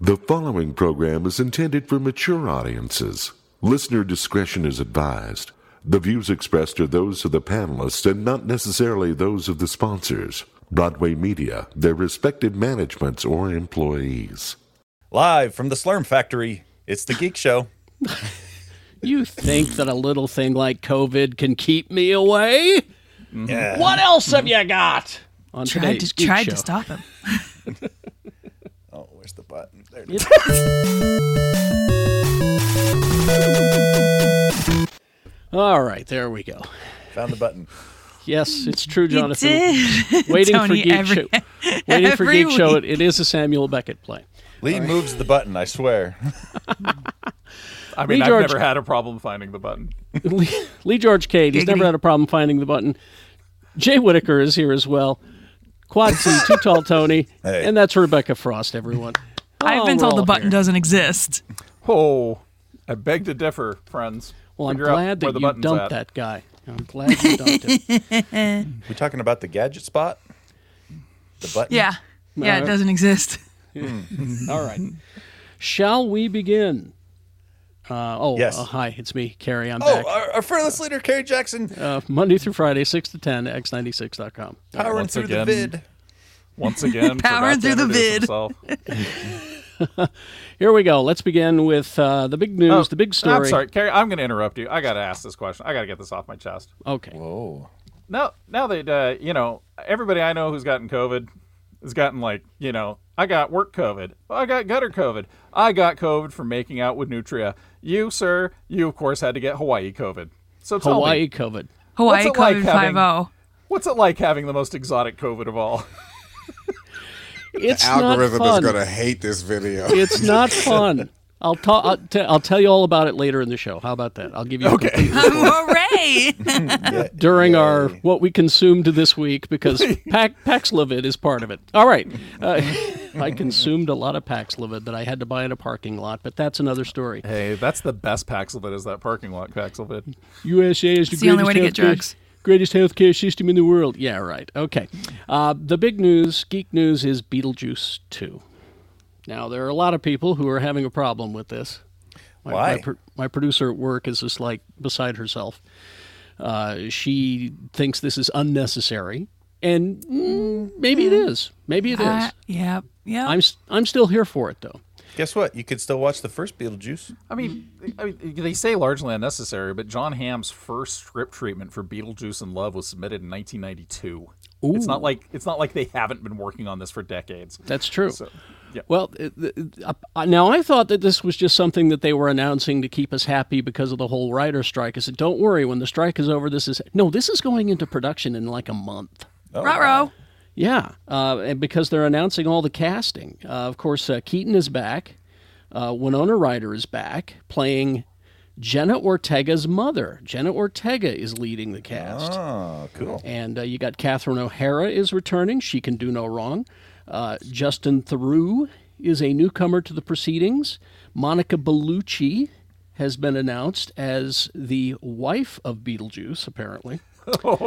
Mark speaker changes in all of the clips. Speaker 1: The following program is intended for mature audiences. Listener discretion is advised. The views expressed are those of the panelists and not necessarily those of the sponsors, Broadway Media, their respective managements, or employees.
Speaker 2: Live from the Slurm Factory, it's the Geek Show.
Speaker 3: You think that a little thing like COVID can keep me away?
Speaker 2: Yeah.
Speaker 3: What else have you got? On
Speaker 4: tried
Speaker 3: today's
Speaker 4: to
Speaker 3: Geek
Speaker 4: tried
Speaker 3: Show.
Speaker 4: to stop him.
Speaker 2: Oh, where's the button? There it
Speaker 3: Yep.
Speaker 2: is.
Speaker 3: All right, there we go.
Speaker 2: Found the button.
Speaker 3: Yes, it's true, Jonathan.
Speaker 4: Did
Speaker 3: Waiting
Speaker 4: Tony
Speaker 3: for Geek
Speaker 4: every-
Speaker 3: Show. Waiting for
Speaker 4: every
Speaker 3: Geek Show.
Speaker 4: week.
Speaker 3: It, it is a Samuel Beckett play.
Speaker 2: Lee moves the button, I swear.
Speaker 5: I mean,
Speaker 3: Lee
Speaker 5: I've
Speaker 3: George-
Speaker 5: never had a problem finding the button.
Speaker 3: Lee, Lee George Cade. He's never
Speaker 4: Giggity.
Speaker 3: had a problem finding the button. Jay Whitaker is here as well. Quad C, Too Tall Tony,
Speaker 2: Hey.
Speaker 3: and that's Rebecca Frost. Everyone.
Speaker 4: I've
Speaker 3: Oh,
Speaker 4: been
Speaker 3: we're
Speaker 4: told the
Speaker 3: all
Speaker 4: button
Speaker 3: here.
Speaker 4: doesn't exist.
Speaker 5: Oh, I beg to differ, friends.
Speaker 3: Well, I'm
Speaker 5: Figure out
Speaker 3: glad that
Speaker 5: where the
Speaker 3: you
Speaker 5: button's
Speaker 3: dumped
Speaker 5: at.
Speaker 3: that guy. I'm glad you dumped him.
Speaker 2: We talking about the gadget spot? The button?
Speaker 4: Yeah. Yeah,
Speaker 3: No.
Speaker 4: it doesn't exist.
Speaker 3: All right. Shall we begin? Uh, oh,
Speaker 2: Yes.
Speaker 3: uh, hi, it's me, Carrie. I'm
Speaker 2: Oh,
Speaker 3: back.
Speaker 2: our, our fearless leader, Kerry Jackson,
Speaker 3: Uh, Monday through Friday, 6 to 10, x96.com.
Speaker 2: powering
Speaker 5: once
Speaker 2: through
Speaker 5: again.
Speaker 2: the vid.
Speaker 5: Once again,
Speaker 4: Power
Speaker 5: forgot to
Speaker 4: through the
Speaker 5: introduce
Speaker 4: vid.
Speaker 5: himself.
Speaker 3: Here we go. Let's begin with uh, the big news,
Speaker 5: Oh,
Speaker 3: the big story.
Speaker 5: I'm sorry, Carrie. I'm going to interrupt you. I got to ask this question. I got to get this off my chest.
Speaker 3: Okay.
Speaker 2: Oh.
Speaker 5: Now, now that uh, you know, everybody I know who's gotten COVID has gotten like, you know, I got work COVID. I got gutter COVID. I got COVID from making out with Nutria. You, sir, you of course had to get Hawaii COVID. So tell
Speaker 3: Hawaii
Speaker 5: me,
Speaker 3: COVID.
Speaker 4: Hawaii oh.
Speaker 5: it like
Speaker 4: COVID
Speaker 5: having-
Speaker 4: 5.0.
Speaker 5: what's it like having the most exotic COVID of all?
Speaker 3: It's
Speaker 6: algorithm
Speaker 3: not
Speaker 6: is
Speaker 3: fun.
Speaker 6: going to hate this video.
Speaker 3: It's not fun. I'll, ta- I'll, t- I'll tell you all about it later in the show. How about that? I'll give you a complete report
Speaker 4: Hooray!
Speaker 3: during our what we consumed this week because Pac- Paxlovid is part of it. All right. Uh, I consumed a lot of Paxlovid that I had to buy in a parking lot, but that's another story.
Speaker 5: Hey, that's the best Paxilvid is that parking lot Paxilvid.
Speaker 3: USA is the,
Speaker 4: It's the only
Speaker 3: greatest
Speaker 4: way to get
Speaker 3: healthcare-
Speaker 4: drugs.
Speaker 3: Greatest healthcare system in the world. Yeah, right. Okay. Uh, the big news, geek news, is Beetlejuice 2. Now, there are a lot of people who are having a problem with this. My,
Speaker 2: Why?
Speaker 3: My, pro- my producer at work is just like beside herself. Uh, she thinks this is unnecessary, and mm, maybe it is. Maybe it is.
Speaker 4: Uh, yeah. Yeah.
Speaker 3: I'm, s- I'm still here for it, though.
Speaker 2: Guess what? You could still watch the first Beetlejuice.
Speaker 5: I mean, I mean, they say largely unnecessary, but John Hamm's first script treatment for Beetlejuice and Love was submitted in 1992. It's not like it's not like they haven't been working on this for decades.
Speaker 3: That's true.
Speaker 5: So, yeah.
Speaker 3: Well, it- it- uh, uh, now I thought that this was just something that they were announcing to keep us happy because of the whole writer strike. I said, "Don't worry, when the strike is over, this is no, this is going into production in like a month."
Speaker 2: Oh,
Speaker 4: Ruh-roh.
Speaker 3: Yeah, uh, and because they're announcing all the casting. Uh, of course, uh, Keaton is back. Uh, Winona Ryder is back playing Jenna Ortega's mother. Jenna Ortega is leading the cast.
Speaker 2: Oh, cool.
Speaker 3: And uh, you got Catherine O'Hara is returning. She can do no wrong. Uh, Justin Theroux is a newcomer to the proceedings. Monica Bellucci has been announced as the wife of Beetlejuice, apparently.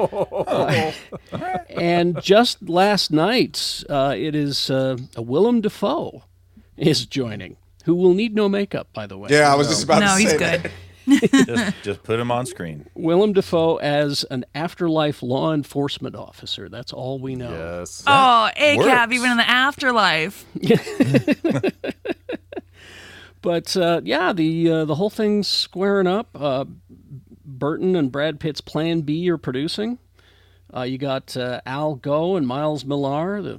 Speaker 3: Uh, and just last night, uh, it is uh, Willem Dafoe is joining, who will need no makeup, by the way.
Speaker 6: yeah, I was just about to
Speaker 4: No,
Speaker 6: say
Speaker 4: he's
Speaker 6: that.
Speaker 4: good.
Speaker 2: just, just put him on screen.
Speaker 3: Willem Dafoe as an afterlife law enforcement officer. That's all we know.
Speaker 5: Yes.
Speaker 4: Oh, ACAB,
Speaker 2: works.
Speaker 4: even in the afterlife.
Speaker 3: But uh, yeah, the uh, the whole thing's squaring up. Uh, Burton and Brad Pitt's Plan B are producing. Uh, you got uh, Al Go and Miles Millar. The,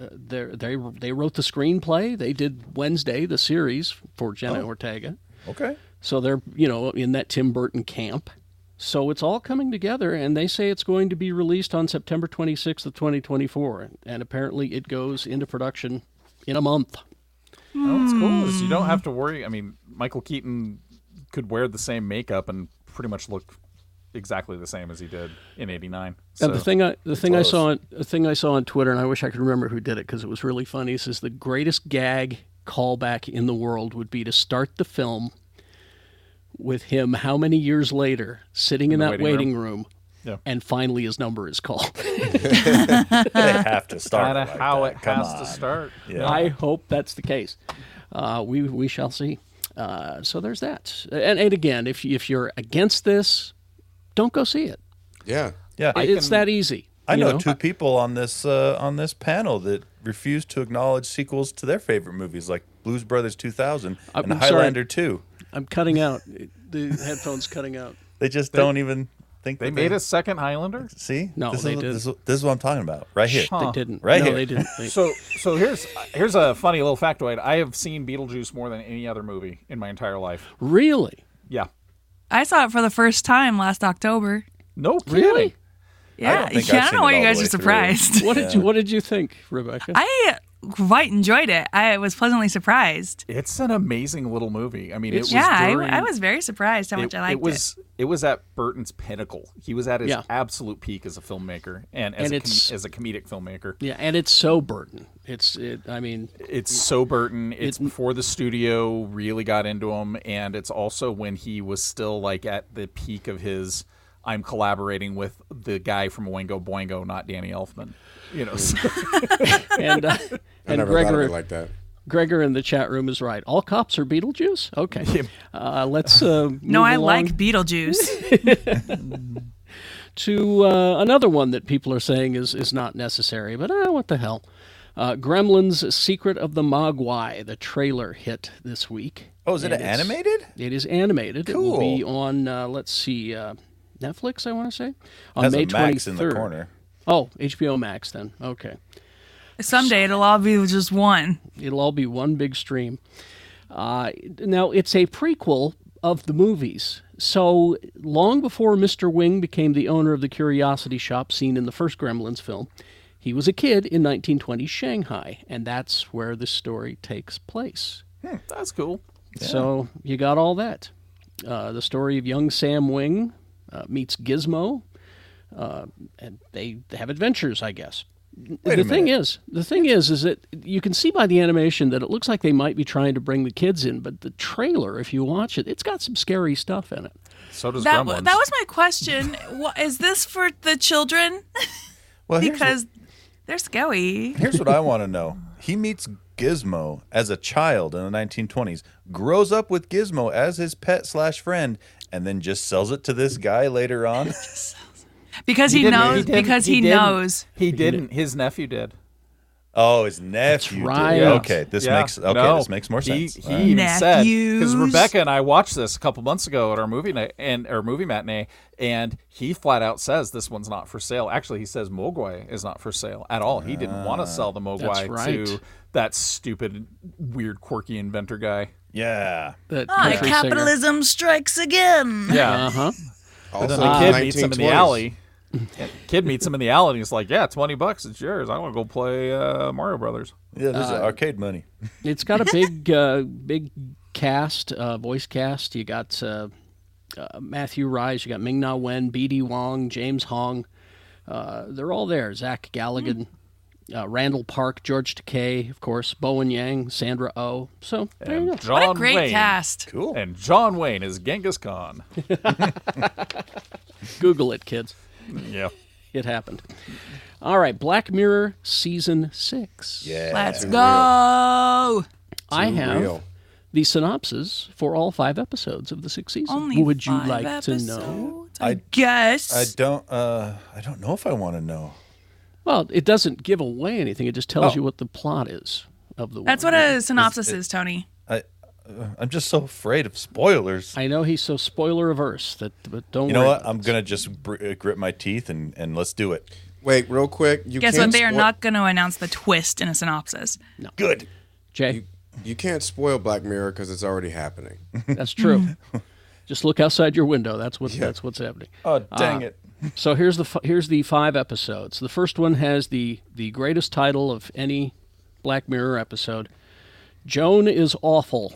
Speaker 3: uh, they're- they they wrote the screenplay. They did Wednesday the series for Jenna Ortega.
Speaker 2: Okay.
Speaker 3: So they're you know in that Tim Burton camp. So it's all coming together, and they say it's going to be released on September 26th of 2024, and apparently it goes into production in a month.
Speaker 5: No, what's cool is you don't have to worry. I mean, Michael Keaton could wear the same makeup and pretty much look exactly the same as he did in '89.
Speaker 3: Now,
Speaker 5: So,
Speaker 3: the thing I the thing I saw on, the thing I saw on Twitter, and I wish I could remember who did it because it was really funny. This is the greatest gag callback in the world would be to start the film with him. How many years later, sitting in, that
Speaker 5: waiting
Speaker 3: waiting room,
Speaker 5: Yeah.
Speaker 3: and finally his number is called.
Speaker 2: They have to start.
Speaker 5: Kind of
Speaker 2: like
Speaker 5: how
Speaker 2: that.
Speaker 5: it
Speaker 2: Come
Speaker 5: has to
Speaker 2: on.
Speaker 5: start.
Speaker 2: Yeah.
Speaker 3: I hope that's the case. Uh, we we shall see. Uh, so there's that. And and again, if if you're against this, don't go see it.
Speaker 6: Yeah.
Speaker 2: Yeah,
Speaker 3: it's that easy.
Speaker 2: I
Speaker 3: you
Speaker 2: know, two people on this uh, on this panel that refuse to acknowledge sequels to their favorite movies, like Blues Brothers 2000
Speaker 3: I'm
Speaker 2: and
Speaker 3: sorry.
Speaker 2: Highlander 2.
Speaker 3: I'm cutting out. The headphones cutting out.
Speaker 2: They just don't even think
Speaker 5: They
Speaker 2: that
Speaker 5: made a second Highlander.
Speaker 2: See,
Speaker 3: No,
Speaker 2: this
Speaker 3: they
Speaker 2: is,
Speaker 3: didn't.
Speaker 2: This is, this is what I'm talking about right here.
Speaker 3: They didn't.
Speaker 2: Right
Speaker 3: no,
Speaker 2: here.
Speaker 3: they didn't. They-
Speaker 5: So so here's here's a funny little factoid. I have seen Beetlejuice more than any other movie in my entire life.
Speaker 3: really?
Speaker 5: Yeah.
Speaker 4: I saw it for the first time last October.
Speaker 5: No kidding.
Speaker 3: Really?
Speaker 4: Yeah,
Speaker 2: don't think
Speaker 4: yeah.
Speaker 2: I've
Speaker 4: I don't
Speaker 2: seen
Speaker 4: know
Speaker 2: it all
Speaker 4: why you
Speaker 2: the
Speaker 4: guys
Speaker 2: way
Speaker 4: are
Speaker 2: through.
Speaker 4: surprised.
Speaker 3: What did you What did you think, Rebecca?
Speaker 4: I quite enjoyed it. I was pleasantly surprised.
Speaker 5: It's an amazing little movie. I mean, it was
Speaker 4: yeah, I-
Speaker 5: during-
Speaker 4: I, was very surprised how much I liked it.
Speaker 5: it was it. was at Burton's pinnacle. He was at his
Speaker 3: Yeah.
Speaker 5: absolute peak as a filmmaker and as
Speaker 3: And
Speaker 5: a
Speaker 3: it's-
Speaker 5: com- as a comedic filmmaker.
Speaker 3: yeah, and it's so burden. It's. It, I mean,
Speaker 5: It's so Burton. It's before the studio really got into him, and it's also when he was still like at the peak of his. I'm collaborating with the guy from Oingo Boingo, not Danny Elfman. You know, so-
Speaker 3: and uh,
Speaker 6: I
Speaker 3: and
Speaker 6: never thought
Speaker 3: Gregor
Speaker 6: of it like that.
Speaker 3: Gregor in the chat room is right. All cops are Beetlejuice. Okay, uh, let's. Uh,
Speaker 4: no,
Speaker 3: move
Speaker 4: I
Speaker 3: along
Speaker 4: like Beetlejuice.
Speaker 3: to uh, another one that people are saying is is not necessary, but uh, what the hell? Uh, Gremlins: Secret of the Mogwai. The trailer hit this week.
Speaker 2: Oh, is it
Speaker 3: And it's-
Speaker 2: animated?
Speaker 3: It is animated. It will
Speaker 2: Cool.
Speaker 3: be on. Uh, let's see, uh, Netflix. I want to say on
Speaker 2: Has
Speaker 3: May
Speaker 2: a Max in the
Speaker 3: 23rd.
Speaker 2: corner.
Speaker 3: Oh, HBO Max. Then okay.
Speaker 4: Someday it'll all be just one.
Speaker 3: It'll all be one big stream. Uh, now, it's a prequel of the movies. So, long before Mr. Wing became the owner of the curiosity shop seen in the first Gremlins film, he was a kid in 1920s Shanghai, and that's where the story takes place.
Speaker 5: that's cool.
Speaker 3: So, you got all that. Uh, the story of young Sam Wing uh, meets Gizmo, uh, and they have adventures, I guess
Speaker 2: Wait
Speaker 3: the
Speaker 2: a
Speaker 3: thing is, the thing is, is that you can see by the animation that it looks like they might be trying to bring the kids in, but the trailer, if you watch it, it's got some scary stuff in it.
Speaker 5: So does
Speaker 4: That, wa-
Speaker 5: Gremlins.
Speaker 4: that was my question. what, is this for the children?
Speaker 2: Well, here's what-
Speaker 4: because they're scary.
Speaker 2: Here's what I want to know. He meets Gizmo as a child in the 1920s, grows up with Gizmo as his pet slash friend, and then just sells it to this guy later on.
Speaker 4: Because he,
Speaker 5: didn't-
Speaker 4: knows.
Speaker 5: didn't-
Speaker 4: because he,
Speaker 5: didn't.
Speaker 4: knows.
Speaker 5: He didn't. His nephew did.
Speaker 2: Oh, his nephew. did.
Speaker 3: right.
Speaker 5: Yeah.
Speaker 2: Okay, this
Speaker 5: Yeah.
Speaker 2: makes okay,
Speaker 5: No.
Speaker 2: this makes more
Speaker 5: He-
Speaker 2: sense.
Speaker 5: He,
Speaker 2: All right.
Speaker 5: even said because
Speaker 4: Nephews.
Speaker 5: Rebecca and I watched this a couple months ago at our movie night and our movie matinee, and he flat out says this one's not for sale. Actually, he says Mogwai is not for sale at all. He didn't want
Speaker 2: Ah.
Speaker 5: to sell the Mogwai to
Speaker 3: right.
Speaker 5: that stupid, weird, quirky inventor guy.
Speaker 2: Yeah.
Speaker 3: That
Speaker 4: Ah, capitalism strikes again.
Speaker 5: Yeah,
Speaker 3: Uh huh.
Speaker 6: Also,
Speaker 5: the kid meets him in
Speaker 6: 1920s.
Speaker 5: the alley. And kid meets him in the alley, and he's like, "Yeah, twenty bucks. It's yours. I want to go play uh, Mario Brothers."
Speaker 2: Yeah, this is arcade money.
Speaker 3: It's got a big, uh, big cast, uh, voice cast. You got uh, uh, Matthew Rise, you got Ming Na Wen, B.D. Wong, James Hong. Uh, they're all there. Zach Galligan,
Speaker 4: Hmm.
Speaker 3: uh, Randall Park, George Takei, of course, Bowen Yang, Sandra Oh. So there you
Speaker 5: And
Speaker 3: go.
Speaker 5: John
Speaker 4: What a great
Speaker 5: Wayne.
Speaker 4: cast.
Speaker 2: Cool.
Speaker 5: And John Wayne is Genghis Khan.
Speaker 3: Google it, kids.
Speaker 5: yeah.
Speaker 3: it happened. All right, Black Mirror season six.
Speaker 2: Yeah.
Speaker 4: Let's go.
Speaker 3: I have
Speaker 6: Real.
Speaker 3: the synopsis for all five episodes of the sixth season.
Speaker 4: Only
Speaker 3: Would you
Speaker 4: five
Speaker 3: like
Speaker 4: episodes,
Speaker 3: to know?
Speaker 4: I, guess.
Speaker 2: I don't uh I don't know if I want to know.
Speaker 3: Well, it doesn't give away anything. It just tells you what the plot is of the.
Speaker 4: That's
Speaker 3: one.
Speaker 4: what a synopsis is, Tony.
Speaker 2: I uh, I'm just so afraid of spoilers.
Speaker 3: I know he's so spoiler averse that, but don't
Speaker 2: you know
Speaker 3: worry.
Speaker 2: what?
Speaker 3: about
Speaker 2: I'm
Speaker 3: it.
Speaker 2: going to just br- grip my teeth and and let's do it.
Speaker 6: Wait, real quick. You
Speaker 4: Guess what?
Speaker 6: can't
Speaker 4: They are
Speaker 6: spoil-
Speaker 4: not going to announce the twist in a synopsis.
Speaker 2: Good.
Speaker 3: Jay.
Speaker 6: You can't spoil Black Mirror because it's already happening.
Speaker 3: That's true. just look outside your window. That's what. That's what's happening.
Speaker 2: Oh, dang
Speaker 3: Uh,
Speaker 2: it.
Speaker 3: So here's the f- here's the five episodes. The first one has the the greatest title of any Black Mirror episode. Joan is awful.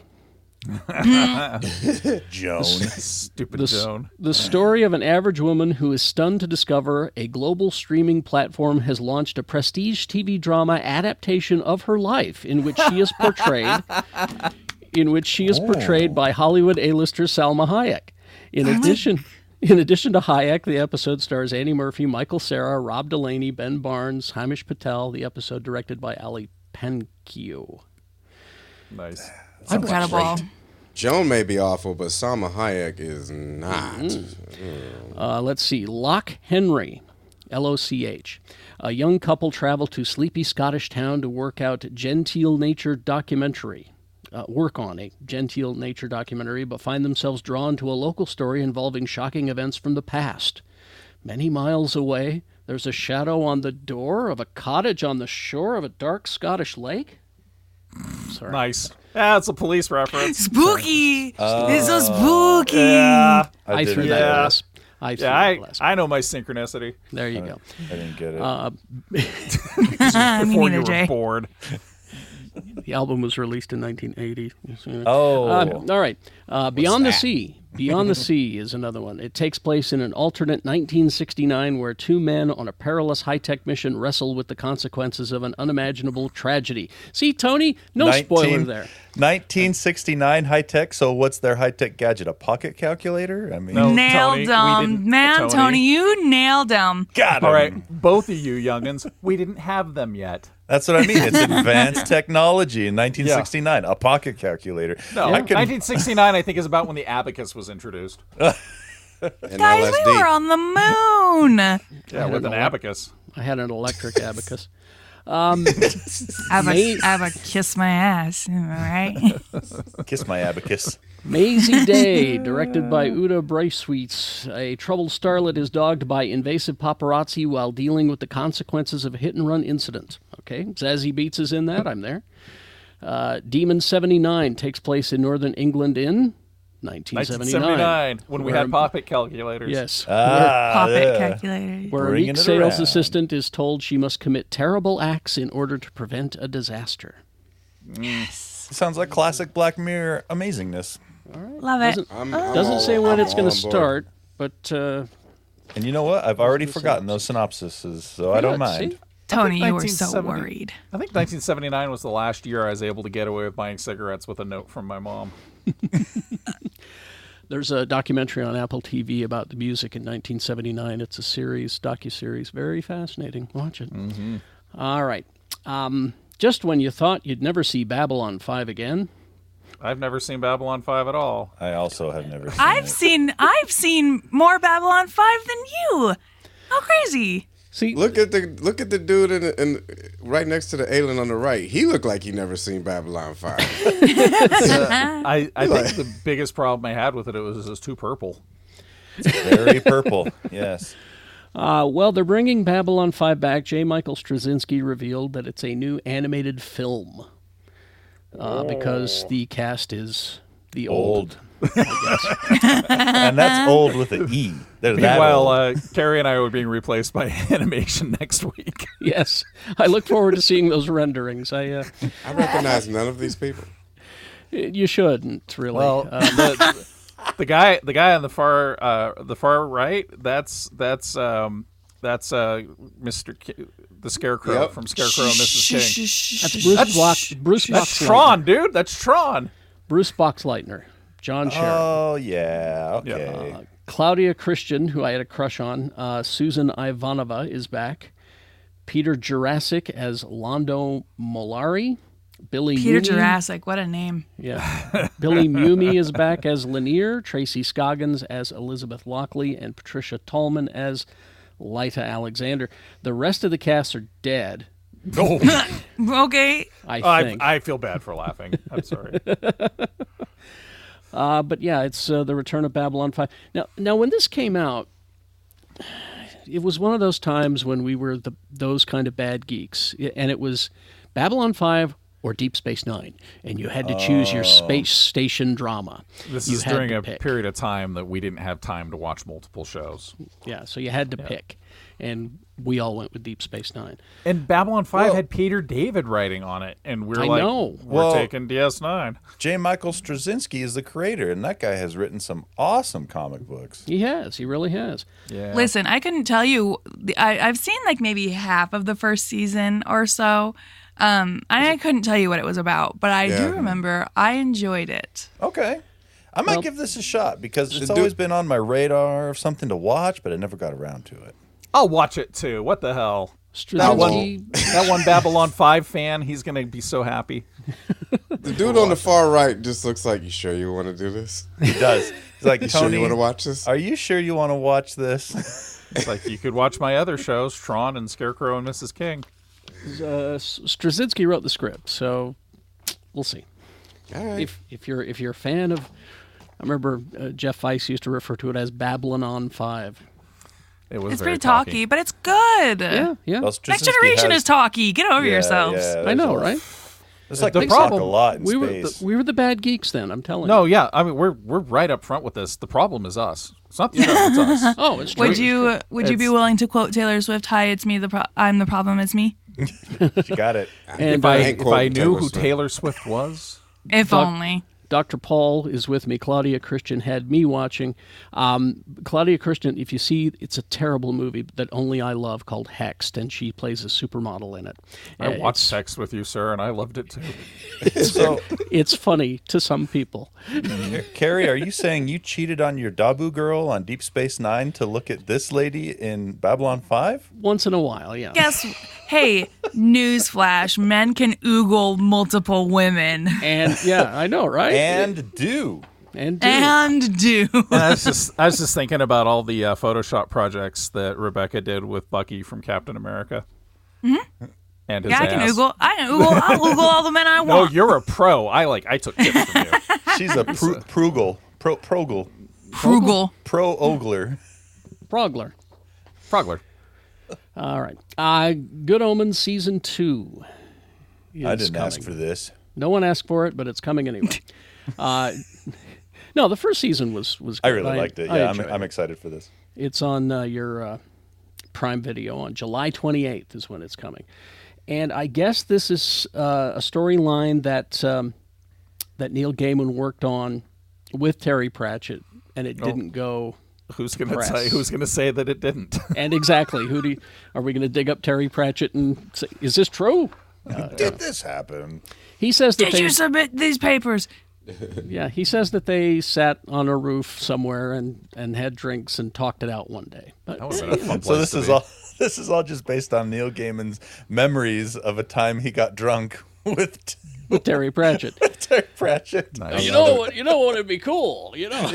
Speaker 2: Joan.
Speaker 5: Stupid
Speaker 3: The, s-
Speaker 5: Joan.
Speaker 3: the story of an average woman who is stunned to discover a global streaming platform has launched a prestige TV drama adaptation of her life in which she is portrayed in which she is portrayed by Hollywood A-lister Salma Hayek. In addition, In addition to Hayek, the episode stars Annie Murphy, Michael Sarah, Rob Delaney, Ben Barnes, Hamish Patel. The episode directed by Ali Pankio.
Speaker 5: Nice.
Speaker 4: Incredible.
Speaker 6: Joan may be awful, but Salma Hayek is not.
Speaker 3: Mm-hmm. Uh, let's see. Lock Henry, L O C H. A young couple travel to sleepy Scottish town to work out genteel nature documentary. Uh, work on a genteel nature documentary, but find themselves drawn to a local story involving shocking events from the past. Many miles away, there's a shadow on the door of a cottage on the shore of a dark Scottish lake. Sorry.
Speaker 5: Nice. That's a police reference.
Speaker 4: Spooky. it's so spooky.
Speaker 5: Yeah.
Speaker 3: I,
Speaker 2: didn't
Speaker 3: threw
Speaker 2: get
Speaker 3: that
Speaker 5: Yeah.
Speaker 3: last. I threw
Speaker 5: Yeah,
Speaker 3: that
Speaker 5: I,
Speaker 3: last.
Speaker 5: I know my synchronicity.
Speaker 3: there you go.
Speaker 2: it. I didn't get it.
Speaker 3: Uh,
Speaker 4: Me
Speaker 5: Before you
Speaker 4: neither,
Speaker 5: were
Speaker 4: Jay.
Speaker 5: bored.
Speaker 3: The album was released in 1980.
Speaker 2: oh,
Speaker 3: Um, all right. Uh, Beyond the
Speaker 6: that?
Speaker 3: Sea. Beyond the Sea is another one. It takes place in an alternate 1969 where two men on a perilous high tech mission wrestle with the consequences of an unimaginable tragedy. See, Tony, no
Speaker 2: 19
Speaker 3: spoiler there.
Speaker 2: 1969 high tech. So what's their high tech gadget? A pocket calculator? I mean,
Speaker 5: No. Tony,
Speaker 4: Nailed
Speaker 5: we didn't-
Speaker 4: them. Man,
Speaker 5: Tony.
Speaker 4: Tony. you nailed them.
Speaker 2: got
Speaker 5: All
Speaker 2: it.
Speaker 5: right, both of you youngins, we didn't have them yet.
Speaker 2: That's what I mean. It's advanced technology in 1969. A pocket calculator.
Speaker 5: No,
Speaker 2: I can.
Speaker 5: 1969, I think, is about when the abacus was introduced.
Speaker 6: And
Speaker 4: Guys,
Speaker 6: LSD.
Speaker 4: we were on the moon.
Speaker 5: Yeah, with an abacus.
Speaker 3: I had an electric abacus.
Speaker 4: Have
Speaker 3: Mate.
Speaker 4: a, have a kiss my ass. All right.
Speaker 2: Kiss my abacus.
Speaker 3: Maisie Day, directed by Uta Braithwaite. A troubled starlet is dogged by invasive paparazzi while dealing with the consequences of a hit and run incident. Okay, Zazie Beats is in that. I'm there. Uh, Demon 79 takes place in northern England in 1979.
Speaker 5: 1979, when we
Speaker 3: Where-
Speaker 5: had pocket calculators.
Speaker 3: Yes.
Speaker 2: Ah,
Speaker 4: Pop it,
Speaker 2: yeah.
Speaker 4: calculator.
Speaker 3: where a
Speaker 2: bringing
Speaker 3: meek
Speaker 2: it
Speaker 3: sales
Speaker 2: around.
Speaker 3: assistant is told she must commit terrible acts in order to prevent a disaster.
Speaker 2: Sounds like classic Black Mirror amazingness.
Speaker 4: Love it.
Speaker 6: I'm- I'm
Speaker 3: Doesn't
Speaker 6: all-
Speaker 3: say when
Speaker 6: I'm
Speaker 3: it's going
Speaker 6: all
Speaker 3: to
Speaker 6: on board.
Speaker 3: start, but uh,
Speaker 2: And you know what? I've already forgotten those synopsises, so I don't
Speaker 3: yeah, see?
Speaker 2: mind.
Speaker 4: Tony, you were so
Speaker 5: 1970
Speaker 4: worried.
Speaker 5: I think 1979 was the last year I was able to get away with buying cigarettes with a note from my mom.
Speaker 3: There's a documentary on Apple TV about the music in 1979. It's a series, docu-series, very fascinating. Watch it. All right. Um, just when you thought you'd never see Babylon 5 again,
Speaker 5: I've never seen Babylon 5 at all.
Speaker 2: I also have never. Seen
Speaker 4: I've
Speaker 2: it.
Speaker 4: seen I've seen more Babylon Five than you. How crazy!
Speaker 3: see,
Speaker 6: Look at the look at the dude in, the- in right next to the alien on the right. He looked like he never seen Babylon Five.
Speaker 5: I, I think the biggest problem I had with it, it was it was too purple.
Speaker 2: very purple. Yes.
Speaker 3: uh, well, they're bringing Babylon 5 back. J. Michael Straczynski revealed that it's a new animated film uh, because the cast is the old.
Speaker 2: Old. and that's old with an E. They're that
Speaker 5: Meanwhile,
Speaker 2: old.
Speaker 5: uh, Carrie and I were being replaced by animation next week.
Speaker 3: Yes, I look forward to seeing those renderings. I uh,
Speaker 6: I recognize none of these people.
Speaker 3: you shouldn't really.
Speaker 5: Well,
Speaker 3: Uh,
Speaker 5: the, the guy, the guy on the far, uh, the far right, that's that's um, that's uh, Mr. K- the Scarecrow
Speaker 6: Yep.
Speaker 5: from Scarecrow and Mrs. King.
Speaker 3: that's Bruce Block. Bruce
Speaker 5: That's
Speaker 3: Boxleitner.
Speaker 5: Tron, dude. That's Tron.
Speaker 3: Bruce Boxleitner, John Sharon,
Speaker 2: oh yeah. Okay.
Speaker 3: Claudia Christian, who I had a crush on, uh, Susan Ivanova is back, Peter Jurassic as Londo Molari, Billy
Speaker 4: Peter
Speaker 3: Mumy,
Speaker 4: Jurassic, what a name!
Speaker 3: yeah, Billy Mumy is back as Lanier, Tracy Scoggins as Elizabeth Lockley, and Patricia Tallman as Lita Alexander. The rest of the cast are dead.
Speaker 4: Okay,
Speaker 3: I
Speaker 5: I,
Speaker 3: think,
Speaker 5: I feel bad for laughing. I'm sorry.
Speaker 3: Uh, but yeah, it's uh, the Return of Babylon Five. Now, now when this came out, it was one of those times when we were the those kind of bad geeks, y- and it was Babylon Five or Deep Space Nine, and you had to choose your space station drama.
Speaker 5: Oh. This
Speaker 3: you
Speaker 5: is
Speaker 3: had
Speaker 5: during
Speaker 3: to
Speaker 5: a
Speaker 3: pick.
Speaker 5: period of time that we didn't have time to watch multiple shows.
Speaker 3: Yeah, so you had to pick, and we all went with Deep Space Nine.
Speaker 5: And Babylon Five had Peter David writing on it, and we're
Speaker 3: I
Speaker 5: like,
Speaker 3: know.
Speaker 5: we're
Speaker 2: Well-
Speaker 5: taking DS9.
Speaker 2: J. Michael Straczynski is the creator, and that guy has written some awesome comic books.
Speaker 3: He has, he really has.
Speaker 5: Yeah.
Speaker 4: listen, I couldn't tell you. the- I, I've seen like maybe half of the first season or so, um, and I couldn't tell you what it was about, but I
Speaker 6: Yeah.
Speaker 4: do remember I enjoyed it.
Speaker 2: Okay. I might give this a shot because it's always been on my radar of something to watch, but I never got around to it.
Speaker 5: I'll watch it too. What the hell? That
Speaker 3: Straczynski-
Speaker 5: one, that one Babylon 5 fan, he's going to be so happy.
Speaker 6: The dude on the far right just looks like, you sure you want to do this?
Speaker 2: He does. He's like,
Speaker 6: You
Speaker 2: Tony,
Speaker 6: sure you want to watch this?
Speaker 2: are you sure you want to watch this?
Speaker 5: It's like you could watch my other shows, Tron and Scarecrow and Mrs. King.
Speaker 3: uh, S- Straczynski wrote the script, so we'll see.
Speaker 6: All right.
Speaker 3: If if you're if you're a fan of, I remember uh, Jeff Weiss used to refer to it as Babylon on Five.
Speaker 5: It was
Speaker 4: It's
Speaker 5: very
Speaker 4: pretty talky, but it's good.
Speaker 3: Yeah, yeah.
Speaker 2: Well, Straczynski
Speaker 4: Next generation
Speaker 2: has-
Speaker 4: is talky. Get over
Speaker 2: Yeah,
Speaker 4: yourselves.
Speaker 2: yeah,
Speaker 3: I
Speaker 2: there's
Speaker 3: know,
Speaker 2: a-
Speaker 3: right?
Speaker 2: There's like
Speaker 5: The
Speaker 2: they talk a
Speaker 5: problem-
Speaker 2: lot in
Speaker 3: we were
Speaker 2: space.
Speaker 3: the, we were the bad geeks then. I'm telling
Speaker 5: No,
Speaker 3: you.
Speaker 5: yeah, I mean we're we're right up front with this. The problem is us. It's not the show, it's us.
Speaker 3: Oh, it's true.
Speaker 4: Would you would you be
Speaker 5: It's-
Speaker 4: willing to quote Taylor Swift? Hi, it's me. The pro- I'm the problem. It's me.
Speaker 2: You got it.
Speaker 3: And
Speaker 5: If I,
Speaker 3: uh,
Speaker 6: ain't
Speaker 5: if I
Speaker 6: quoting
Speaker 5: knew
Speaker 6: Taylor
Speaker 5: who
Speaker 6: Swift.
Speaker 5: Taylor Swift was,
Speaker 4: If only.
Speaker 3: Dr. Paul is with me. Claudia Christian had me watching. Um, Claudia Christian, if you see, it's a terrible movie that only I love called Hexed, and she plays a supermodel in it.
Speaker 5: I
Speaker 3: Uh,
Speaker 5: watched Sex with You, Sir, and I loved it too.
Speaker 2: So,
Speaker 3: It's funny to some people.
Speaker 2: Carrie, are you saying you cheated on your Dabu girl on Deep Space Nine to look at this lady in Babylon Five?
Speaker 3: Once in a while, yeah.
Speaker 4: Guess. hey, newsflash: men can oogle multiple women
Speaker 3: And yeah, I know, right?
Speaker 2: And do
Speaker 3: and, do.
Speaker 4: and do.
Speaker 5: And I was just I was just thinking about all the uh, Photoshop projects that Rebecca did with Bucky from Captain America. And his
Speaker 4: Mm-hmm. Yeah, I
Speaker 5: ass.
Speaker 4: can oogle. I can oogle. I'll oogle all the men I
Speaker 5: No,
Speaker 4: want.
Speaker 5: you're a pro. I like I took tips from you.
Speaker 2: she's a pru- prugal, pro progal,
Speaker 4: Frugal.
Speaker 2: pro ogler.
Speaker 3: Progler.
Speaker 5: Progler.
Speaker 3: All right. Uh, Good Omens Season 2.
Speaker 2: I
Speaker 3: is
Speaker 2: didn't ask
Speaker 3: coming.
Speaker 2: for this.
Speaker 3: No one asked for it, but it's coming anyway. uh, no, the first season was was. Good.
Speaker 2: I really liked it.
Speaker 3: I
Speaker 2: Yeah, I'm,
Speaker 3: enjoyed
Speaker 2: I'm
Speaker 3: it.
Speaker 2: excited for this.
Speaker 3: It's on uh, your uh, Prime Video on July 28th is when it's coming, and I guess this is uh, a storyline that um, that Neil Gaiman worked on with Terry Pratchett, and
Speaker 2: Oh.
Speaker 3: it didn't go.
Speaker 5: Who's gonna
Speaker 3: Press.
Speaker 5: say who's gonna say that it didn't?
Speaker 3: And exactly, who do you, are we going to dig up Terry Pratchett and say, is this true?
Speaker 2: Did this happen?
Speaker 3: He says that
Speaker 4: Did
Speaker 3: they
Speaker 4: you submit these papers?
Speaker 3: Yeah, he says that they sat on a roof somewhere and, and had drinks and talked it out one day. But
Speaker 5: That was a fun place
Speaker 2: So this
Speaker 5: to
Speaker 2: is
Speaker 5: be.
Speaker 2: all this is all just based on Neil Gaiman's memories of a time he got drunk with
Speaker 3: with Terry Pratchett.
Speaker 2: Terry Pratchett. Oh,
Speaker 3: you know what you know what would be cool, you know.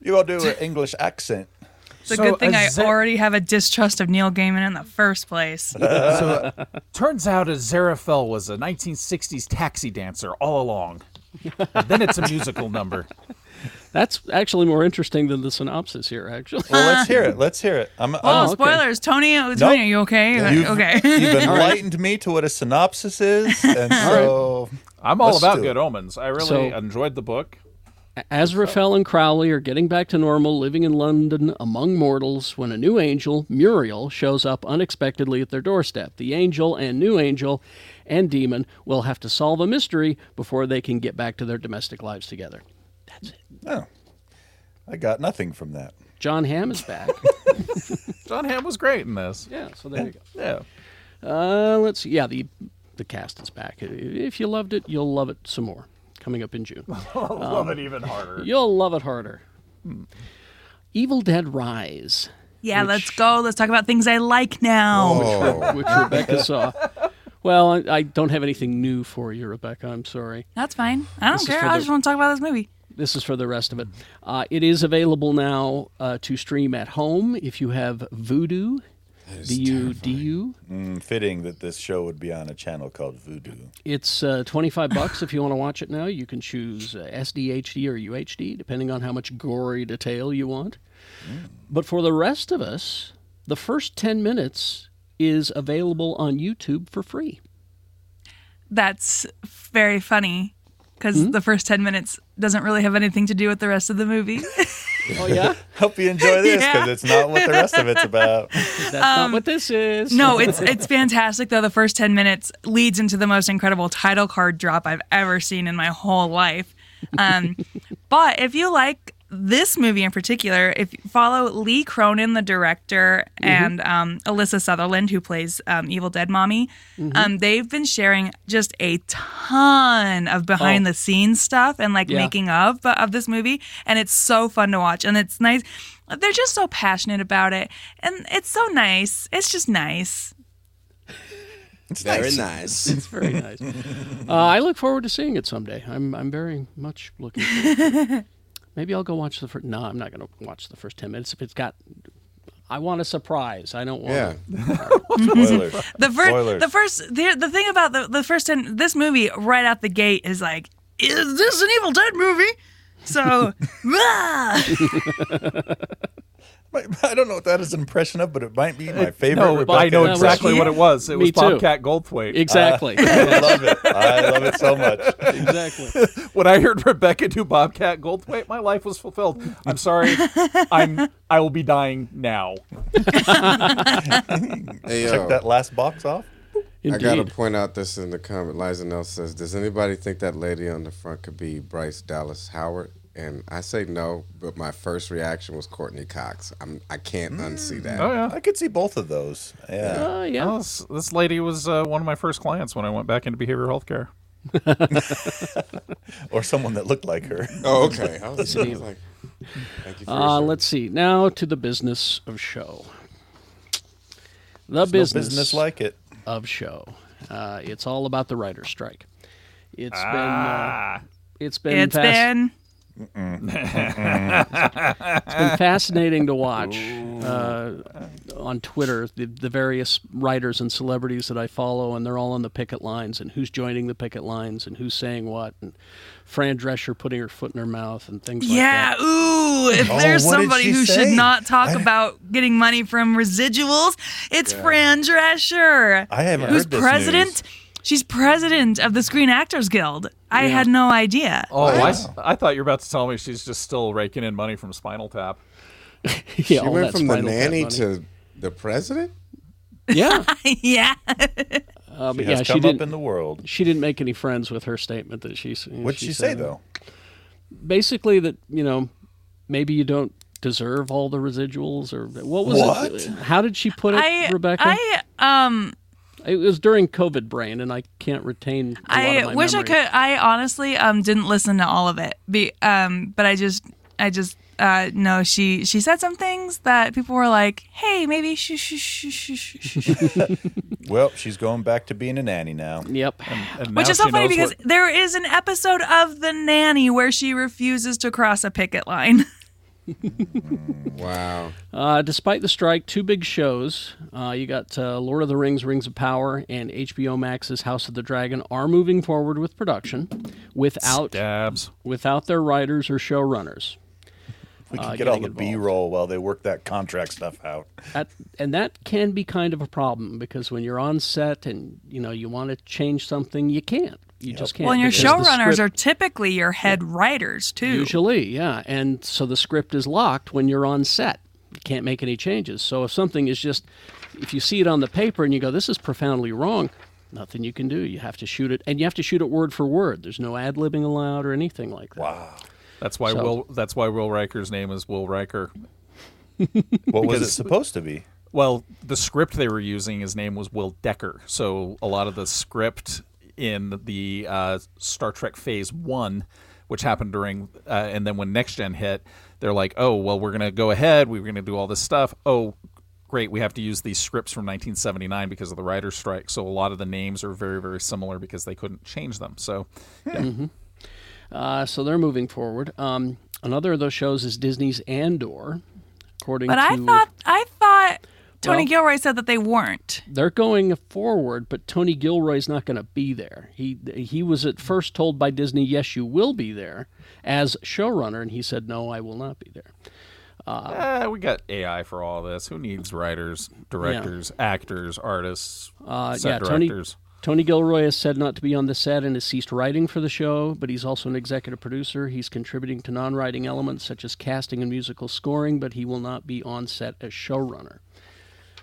Speaker 2: You all do an English accent.
Speaker 4: It's a
Speaker 5: So
Speaker 4: good thing
Speaker 5: a
Speaker 4: I
Speaker 5: Zen-
Speaker 4: already have a distrust of Neil Gaiman in the first place.
Speaker 3: Oh,
Speaker 5: so uh, turns out Aziraphale was a 1960s taxi dancer all along. And then it's a musical number.
Speaker 3: That's actually more interesting than the synopsis here, actually.
Speaker 2: Well, let's hear it. Let's hear it. I'm,
Speaker 4: Oh,
Speaker 2: I'm
Speaker 3: okay.
Speaker 4: spoilers, Tony. uh, Tony, are you okay?
Speaker 2: You've-
Speaker 4: okay.
Speaker 2: You've enlightened me to what a synopsis is, and so
Speaker 5: I'm all
Speaker 2: Let's
Speaker 5: about
Speaker 2: do
Speaker 5: Good
Speaker 2: it.
Speaker 5: Omens. I really
Speaker 3: So-
Speaker 5: enjoyed the book.
Speaker 3: Azraphel and Crowley are getting back to normal, living in London among mortals, when a new angel, Muriel, shows up unexpectedly at their doorstep. The angel and new angel and demon will have to solve a mystery before they can get back to their domestic lives together.
Speaker 2: no, I got nothing from that.
Speaker 3: John Hamm is back.
Speaker 5: John Hamm was great in this.
Speaker 3: yeah, so there you go.
Speaker 5: Yeah.
Speaker 3: Uh, let's see. Yeah, the the cast is back. If you loved it, you'll love it some more. Coming up in June,
Speaker 5: I'll love it even harder.
Speaker 3: you'll love it harder. Evil Dead Rise,
Speaker 4: Yeah, let's go. Let's talk about things I like now.
Speaker 6: Oh,
Speaker 3: which Rebecca saw. Well, I, I don't have anything new for you, Rebecca. I'm sorry.
Speaker 4: That's fine. I don't
Speaker 3: is
Speaker 4: care.
Speaker 3: for
Speaker 4: I
Speaker 3: the-
Speaker 4: just want to talk about this movie.
Speaker 3: This is for the rest of it. Uh, it is available now uh, to stream at home if you have Voodoo. D U D U.
Speaker 2: Mm, fitting that this show would be on a channel called Voodoo.
Speaker 3: It's uh, 25 bucks if you want to watch it now. You can choose uh, SD, HD, or UHD, depending on how much gory detail you want. But for the rest of us, the first 10 minutes is available on YouTube for free.
Speaker 4: That's very funny because
Speaker 3: Hmm?
Speaker 4: the first 10 minutes doesn't really have anything to do with the rest of the movie.
Speaker 3: Oh, yeah?
Speaker 2: Hope you enjoy this because
Speaker 4: Yeah.
Speaker 2: it's not what the rest of it's about.
Speaker 3: That's not what this is.
Speaker 4: no, it's it's fantastic though. The first 10 minutes leads into the most incredible title card drop I've ever seen in my whole life. Um, but if you like this movie in particular, if you follow Lee Cronin, the director, and um, Alyssa Sutherland, who plays um, Evil Dead Mommy, um, they've been sharing just a ton of behind the scenes stuff and like
Speaker 3: Yeah.
Speaker 4: making of but of this movie, and it's so fun to watch, and it's nice. They're just so passionate about it, and it's so nice. It's just nice.
Speaker 6: Very nice.
Speaker 3: It's very nice. Uh, I look forward to seeing it someday. I'm I'm very much looking. forward to it. Maybe I'll go watch the first. No, I'm not going to watch the first ten minutes. If it's got, I want a surprise. I don't want.
Speaker 6: Yeah.
Speaker 2: Spoilers.
Speaker 4: The first,
Speaker 2: Spoilers.
Speaker 4: the first, the, the thing about the, the first ten, this movie right out the gate is like, is this an Evil Dead movie? So, ah, rah!
Speaker 2: My- I don't know what that is an impression of, but it might be my favorite.
Speaker 5: No, but I know
Speaker 3: Rebecca-
Speaker 5: exactly what it was. It
Speaker 3: Me
Speaker 5: was
Speaker 3: too.
Speaker 5: Bobcat Goldthwait.
Speaker 3: Exactly.
Speaker 2: I love it. I love it so much.
Speaker 3: exactly.
Speaker 5: when I heard Rebecca do Bobcat Goldthwait, my life was fulfilled. I'm sorry. I'm I will be dying now.
Speaker 6: Hey, yo,
Speaker 2: Check that last box off.
Speaker 6: I gotta
Speaker 3: Indeed.
Speaker 6: point out this in the comment. Liza Nell says, "Does anybody think that lady on the front could be Bryce Dallas Howard?" And I say no, but my first reaction was Courtney Cox. I'm I can't unsee that.
Speaker 5: Oh yeah.
Speaker 2: I could see both of those. Yeah.
Speaker 3: Uh, yeah.
Speaker 5: Well, this, this lady was uh, one of my first clients when I went back into behavioral health care.
Speaker 2: Or someone that looked like her.
Speaker 6: Oh, okay. I was, I was like, "Thank you for
Speaker 3: Uh,
Speaker 6: your
Speaker 3: let's see. Now to the business of show. The
Speaker 2: No
Speaker 3: business,
Speaker 2: business like it.
Speaker 3: of show. Uh, it's all about the writer's strike. It's been. Uh, it's been.
Speaker 4: it's
Speaker 3: fast-
Speaker 4: been
Speaker 3: been fascinating to watch uh, on Twitter the, the various writers and celebrities that I follow, and they're all on the picket lines, and who's joining the picket lines, and who's saying what, and Fran Drescher putting her foot in her mouth, and things
Speaker 4: yeah.
Speaker 3: like
Speaker 4: Ooh, if
Speaker 2: Oh,
Speaker 4: there's
Speaker 2: what did
Speaker 4: somebody
Speaker 2: she
Speaker 4: who
Speaker 2: say?
Speaker 4: should not talk about getting money from residuals, it's Fran Drescher,
Speaker 2: I haven't
Speaker 4: who's
Speaker 2: heard this
Speaker 4: president.
Speaker 2: news.
Speaker 4: She's president of the Screen Actors Guild. I had no idea.
Speaker 5: Oh, I, s- I thought you were about to tell me she's just still raking in money from Spinal Tap.
Speaker 3: that.
Speaker 6: She went from the nanny
Speaker 3: to
Speaker 6: to the president.
Speaker 3: yeah,
Speaker 4: yeah.
Speaker 3: uh, but
Speaker 2: She
Speaker 3: yeah,
Speaker 2: has
Speaker 3: she
Speaker 2: come
Speaker 3: didn't.
Speaker 2: up in the world.
Speaker 3: she didn't make any friends with her statement that she.
Speaker 2: What'd she, say though?
Speaker 3: Basically, that you know, maybe you don't deserve all the residuals, or what was
Speaker 2: What?
Speaker 3: it? How did she put it,
Speaker 4: I
Speaker 3: Rebecca?
Speaker 4: I um
Speaker 3: It was during COVID brain, and I can't retain. a lot of
Speaker 4: I
Speaker 3: my
Speaker 4: wish I
Speaker 3: memory.
Speaker 4: could. I honestly um didn't listen to all of it. Be um, but I just I just uh no. She she said some things that people were like, hey, maybe shh shh shh shh shh. shh, shh."
Speaker 2: Well, she's going back to being a nanny now.
Speaker 3: Yep.
Speaker 5: And
Speaker 4: Which
Speaker 5: now
Speaker 4: is so
Speaker 5: she
Speaker 4: funny
Speaker 5: knows
Speaker 4: because
Speaker 5: what-
Speaker 4: there is an episode of The Nanny where she refuses to cross a picket line.
Speaker 6: Wow.
Speaker 3: Uh, despite the strike, two big shows. Uh, you got uh, Lord of the Rings, Rings of Power, and HBO Max's House of the Dragon are moving forward with production without
Speaker 5: Dabs.
Speaker 3: without their writers or showrunners.
Speaker 2: We can
Speaker 3: Uh,
Speaker 2: get all
Speaker 3: getting
Speaker 2: the
Speaker 3: involved.
Speaker 2: B roll while they work that contract stuff out.
Speaker 3: That, and that can be kind of a problem because when you're on set and you know you want to change something, you can't. You just can't.
Speaker 4: well, and your
Speaker 3: because the
Speaker 4: showrunners
Speaker 3: script-
Speaker 4: are typically your head writers too.
Speaker 3: Usually, yeah. And so the script is locked when you're on set. You can't make any changes. So if something is just, if you see it on the paper and you go, this is profoundly wrong, nothing you can do. You have to shoot it, and you have to shoot it word for word. There's no ad libbing allowed or anything like that.
Speaker 2: Wow.
Speaker 5: That's why
Speaker 3: So-
Speaker 5: Will. That's why Will Riker's name is Will Riker.
Speaker 2: What was it supposed to be?
Speaker 5: Well, the script they were using, his name was Will Decker. So a lot of the script in the uh, Star Trek Phase One, which happened during, uh, and then when Next Gen hit, they're like, "Oh, well, we're gonna go ahead. We were gonna do all this stuff. Oh, great, we have to use these scripts from 1979 because of the writer's strike. So a lot of the names are very, very similar because they couldn't change them. So
Speaker 3: Uh, so they're moving forward. Um, another of those shows is Disney's Andor. According
Speaker 4: But
Speaker 3: to,
Speaker 4: I thought I thought Tony
Speaker 3: Well-
Speaker 4: Gilroy said that they weren't.
Speaker 3: they're going forward, but Tony Gilroy's not going to be there. He he was at first told by Disney, "Yes, you will be there," as showrunner, and he said, "No, I will not be there."
Speaker 5: eh, we got AI for all this. Who needs writers, directors, actors, artists,
Speaker 3: Uh,
Speaker 5: set
Speaker 3: yeah,
Speaker 5: directors?
Speaker 3: Tony, Tony Gilroy has said not to be on the set and has ceased writing for the show, but he's also an executive producer. He's contributing to non writing elements such as casting and musical scoring, but he will not be on set as showrunner.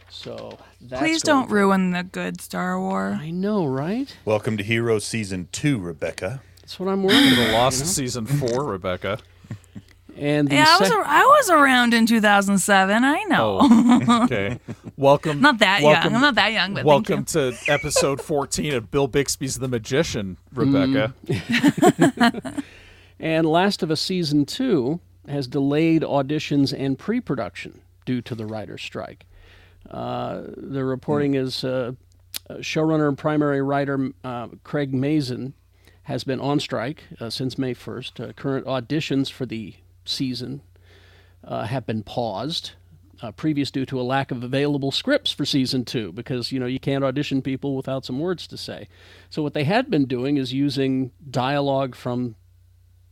Speaker 3: So that's
Speaker 4: Please
Speaker 3: going-
Speaker 4: don't ruin the good Star Wars.
Speaker 3: I know, right?
Speaker 2: Welcome to Hero Season Two, Rebecca.
Speaker 3: That's what I'm worried about.
Speaker 5: Lost season four, Rebecca.
Speaker 3: And the
Speaker 4: Yeah, I was,
Speaker 3: sec-
Speaker 4: ar- I was around in 2007. I know.
Speaker 5: Oh, okay. Welcome.
Speaker 4: Not that young.
Speaker 5: welcome-
Speaker 4: I'm not that young, but thank
Speaker 5: welcome to episode 14 of Bill Bixby's The Magician, Rebecca.
Speaker 4: Mm.
Speaker 3: And Last of Us Season 2 has delayed auditions and pre production due to the writer's strike. Uh, the reporting is uh, uh, showrunner and primary writer uh, Craig Mazin has been on strike uh, since May 1st. Uh, current auditions for the season uh, have been paused. Uh, previous due to a lack of available scripts for season two, because you know you can't audition people without some words to say. So what they had been doing is using dialogue from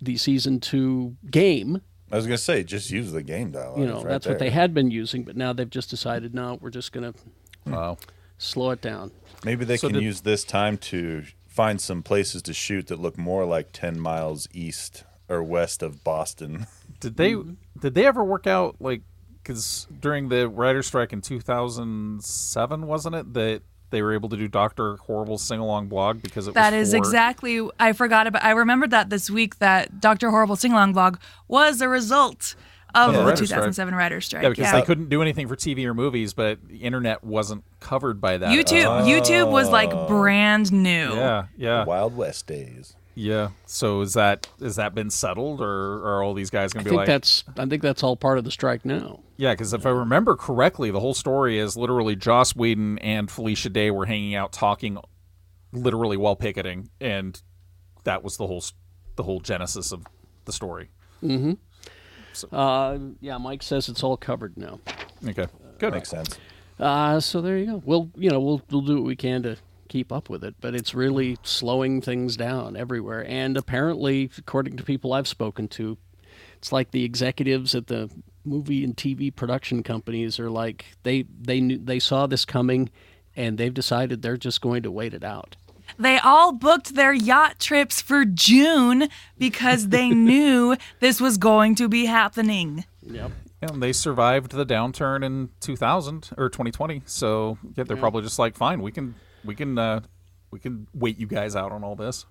Speaker 3: the season two game.
Speaker 2: I was gonna say, just use the game dialogue.
Speaker 3: You know,
Speaker 2: It's right
Speaker 3: that's what
Speaker 2: there.
Speaker 3: they had been using, but now they've just decided, no, we're just going to
Speaker 5: Wow.
Speaker 3: slow it down.
Speaker 2: Maybe they can use this time to find some places to shoot that look more like ten miles east or west of Boston.
Speaker 5: Did they
Speaker 4: Mm-hmm.
Speaker 5: did they ever work out like cuz during the writer strike in 2007 wasn't it that they were able to do Doctor Horrible's sing-along blog because it
Speaker 4: That
Speaker 5: was
Speaker 4: is
Speaker 5: for-
Speaker 4: exactly. I forgot about. I remembered that this week that Dr. Horrible Sing Along blog was a result of
Speaker 5: the
Speaker 4: the,
Speaker 5: Oh, writer's
Speaker 4: 2007 writer's strike.
Speaker 5: Yeah, because they couldn't do anything for TV or movies, but the internet wasn't covered by that. Oh.
Speaker 4: YouTube. YouTube was like brand new.
Speaker 5: Yeah, yeah,
Speaker 2: Wild West days.
Speaker 5: yeah. So is that is that been settled, or are all these
Speaker 3: I
Speaker 5: guys going to
Speaker 3: think
Speaker 5: be like,
Speaker 3: that's I think that's all part of the strike now.
Speaker 5: Yeah, because if I remember correctly, the whole story is literally Joss Whedon and Felicia Day were hanging out talking, literally while picketing, and that was the whole s- the whole genesis of the story.
Speaker 3: Uh, yeah, Mike says it's all covered now.
Speaker 5: Okay, good.
Speaker 2: Makes sense.
Speaker 3: Uh, so there you go. We'll you know we'll we'll do what we can to keep up with it, but it's really slowing things down everywhere. And apparently, according to people I've spoken to, it's like the executives at the movie and TV production companies are like they they knew they saw this coming, and they've decided they're just going to wait it out.
Speaker 4: They all booked their yacht trips for June because they knew this was going to be happening.
Speaker 3: Yep.
Speaker 5: And they survived the downturn in 2000 or 2020, so yeah, they're probably just like, fine, we can we can uh, we can wait you guys out on all this.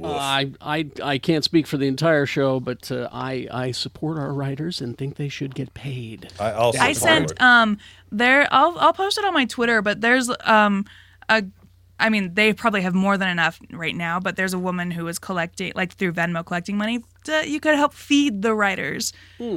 Speaker 3: Uh, I, I I can't speak for the entire show, but uh, I I support our writers and think they should get paid.
Speaker 2: I also
Speaker 4: I sent um there I'll I'll post it on my Twitter, but there's um a I mean, they probably have more than enough right now, but there's a woman who is collecting like through Venmo collecting money to, you could help feed the writers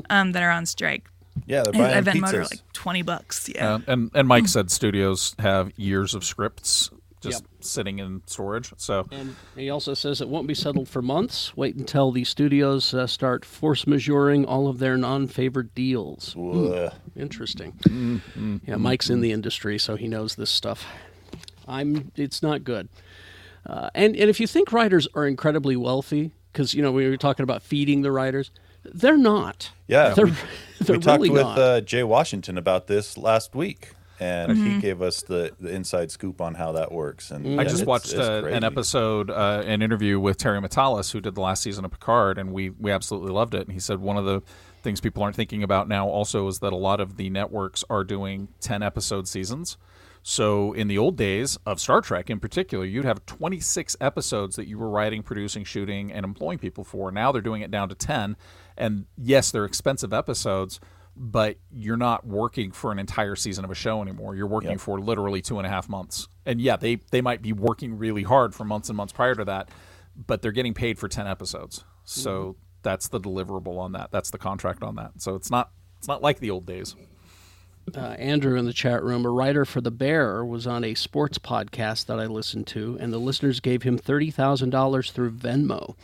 Speaker 4: um that are on strike.
Speaker 2: yeah, they're
Speaker 4: I
Speaker 2: buying
Speaker 4: Venmoed her
Speaker 2: pizzas.
Speaker 4: like 20 bucks. Yeah.
Speaker 5: Uh, and and Mike said studios have years of scripts just sitting in storage, so
Speaker 3: And he also says it won't be settled for months. Wait until the studios uh, start force majoring all of their non-favored deals.
Speaker 2: Ugh.
Speaker 3: Interesting.
Speaker 2: Mm-hmm.
Speaker 3: yeah, Mike's in the industry, so he knows this stuff. I'm. It's not good. Uh, and and if you think writers are incredibly wealthy, because you know we were talking about feeding the writers, they're not.
Speaker 2: Yeah,
Speaker 3: they're
Speaker 2: we-
Speaker 3: they're
Speaker 2: we talked
Speaker 3: really
Speaker 2: with
Speaker 3: not.
Speaker 2: uh, Jay Washington about this last week, and
Speaker 4: Mm-hmm.
Speaker 2: he gave us the, the inside scoop on how that works. And
Speaker 5: I
Speaker 2: yeah,
Speaker 5: just
Speaker 2: it's-
Speaker 5: watched
Speaker 2: it's
Speaker 5: uh an
Speaker 2: crazy.
Speaker 5: episode, uh, an interview with Terry Metalis, who did the last season of Picard, and we we absolutely loved it. And he said one of the things people aren't thinking about now also is that a lot of the networks are doing ten episode seasons. So in the old days of Star Trek, in particular, you'd have twenty six episodes that you were writing, producing, shooting, and employing people for. Now they're doing it down to ten, and yes, they're expensive episodes. But you're not working for an entire season of a show anymore. You're working
Speaker 2: Yep.
Speaker 5: for for literally two and a half months. And yeah, they they might be working really hard for months and months prior to that, but they're getting paid for ten episodes. So
Speaker 3: Mm-hmm.
Speaker 5: that's the deliverable on that. That's the contract on that. So it's not it's not like the old days.
Speaker 3: uh, Andrew in the chat room, a writer for The Bear, was on a sports podcast that I listened to, and the listeners gave him $30,000 through Venmo.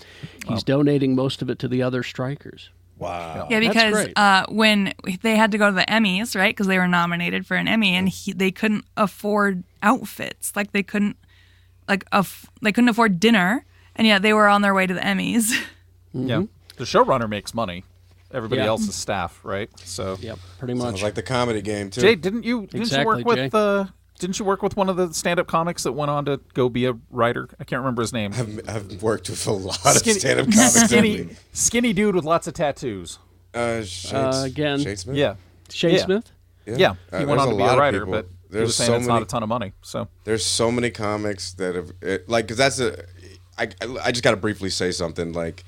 Speaker 3: He's donating most of it to the other strikers.
Speaker 2: Wow.
Speaker 4: Yeah,
Speaker 3: That's
Speaker 4: because
Speaker 3: great.
Speaker 4: uh, when they had to go to the Emmys, right? Because they were nominated for an Emmy, and he, they couldn't afford outfits. Like they couldn't, like aff- they couldn't afford dinner, and yet they were on their way to the Emmys.
Speaker 5: Yeah. The showrunner makes money. Everybody
Speaker 3: Mm-hmm. Yeah.
Speaker 5: else is staff, right? So
Speaker 3: Yep, pretty
Speaker 6: Sounds
Speaker 3: much.
Speaker 6: like the comedy game too.
Speaker 5: Jay, didn't you didn't you
Speaker 3: Exactly,
Speaker 5: work with
Speaker 3: Jay.
Speaker 5: uh didn't you work with one of the stand-up comics that went on to go be a writer? I can't remember his name.
Speaker 6: I've, I've worked with a lot of stand-up comics.
Speaker 5: skinny,
Speaker 6: lately.
Speaker 5: skinny dude with lots of tattoos.
Speaker 6: Uh, Shane,
Speaker 3: Uh, again.
Speaker 6: Shane Smith?
Speaker 5: Yeah.
Speaker 3: Shane
Speaker 5: Yeah.
Speaker 3: Smith?
Speaker 5: Yeah,
Speaker 6: Uh,
Speaker 5: he
Speaker 6: there's
Speaker 5: went on
Speaker 6: a
Speaker 5: to be
Speaker 6: lot
Speaker 5: a
Speaker 6: of
Speaker 5: writer,
Speaker 6: people-
Speaker 5: but he
Speaker 6: there's
Speaker 5: was saying
Speaker 6: so
Speaker 5: it's not
Speaker 6: many-
Speaker 5: a ton of money. So
Speaker 6: there's so many comics that have it, like because that's a I, I just got to briefly say something like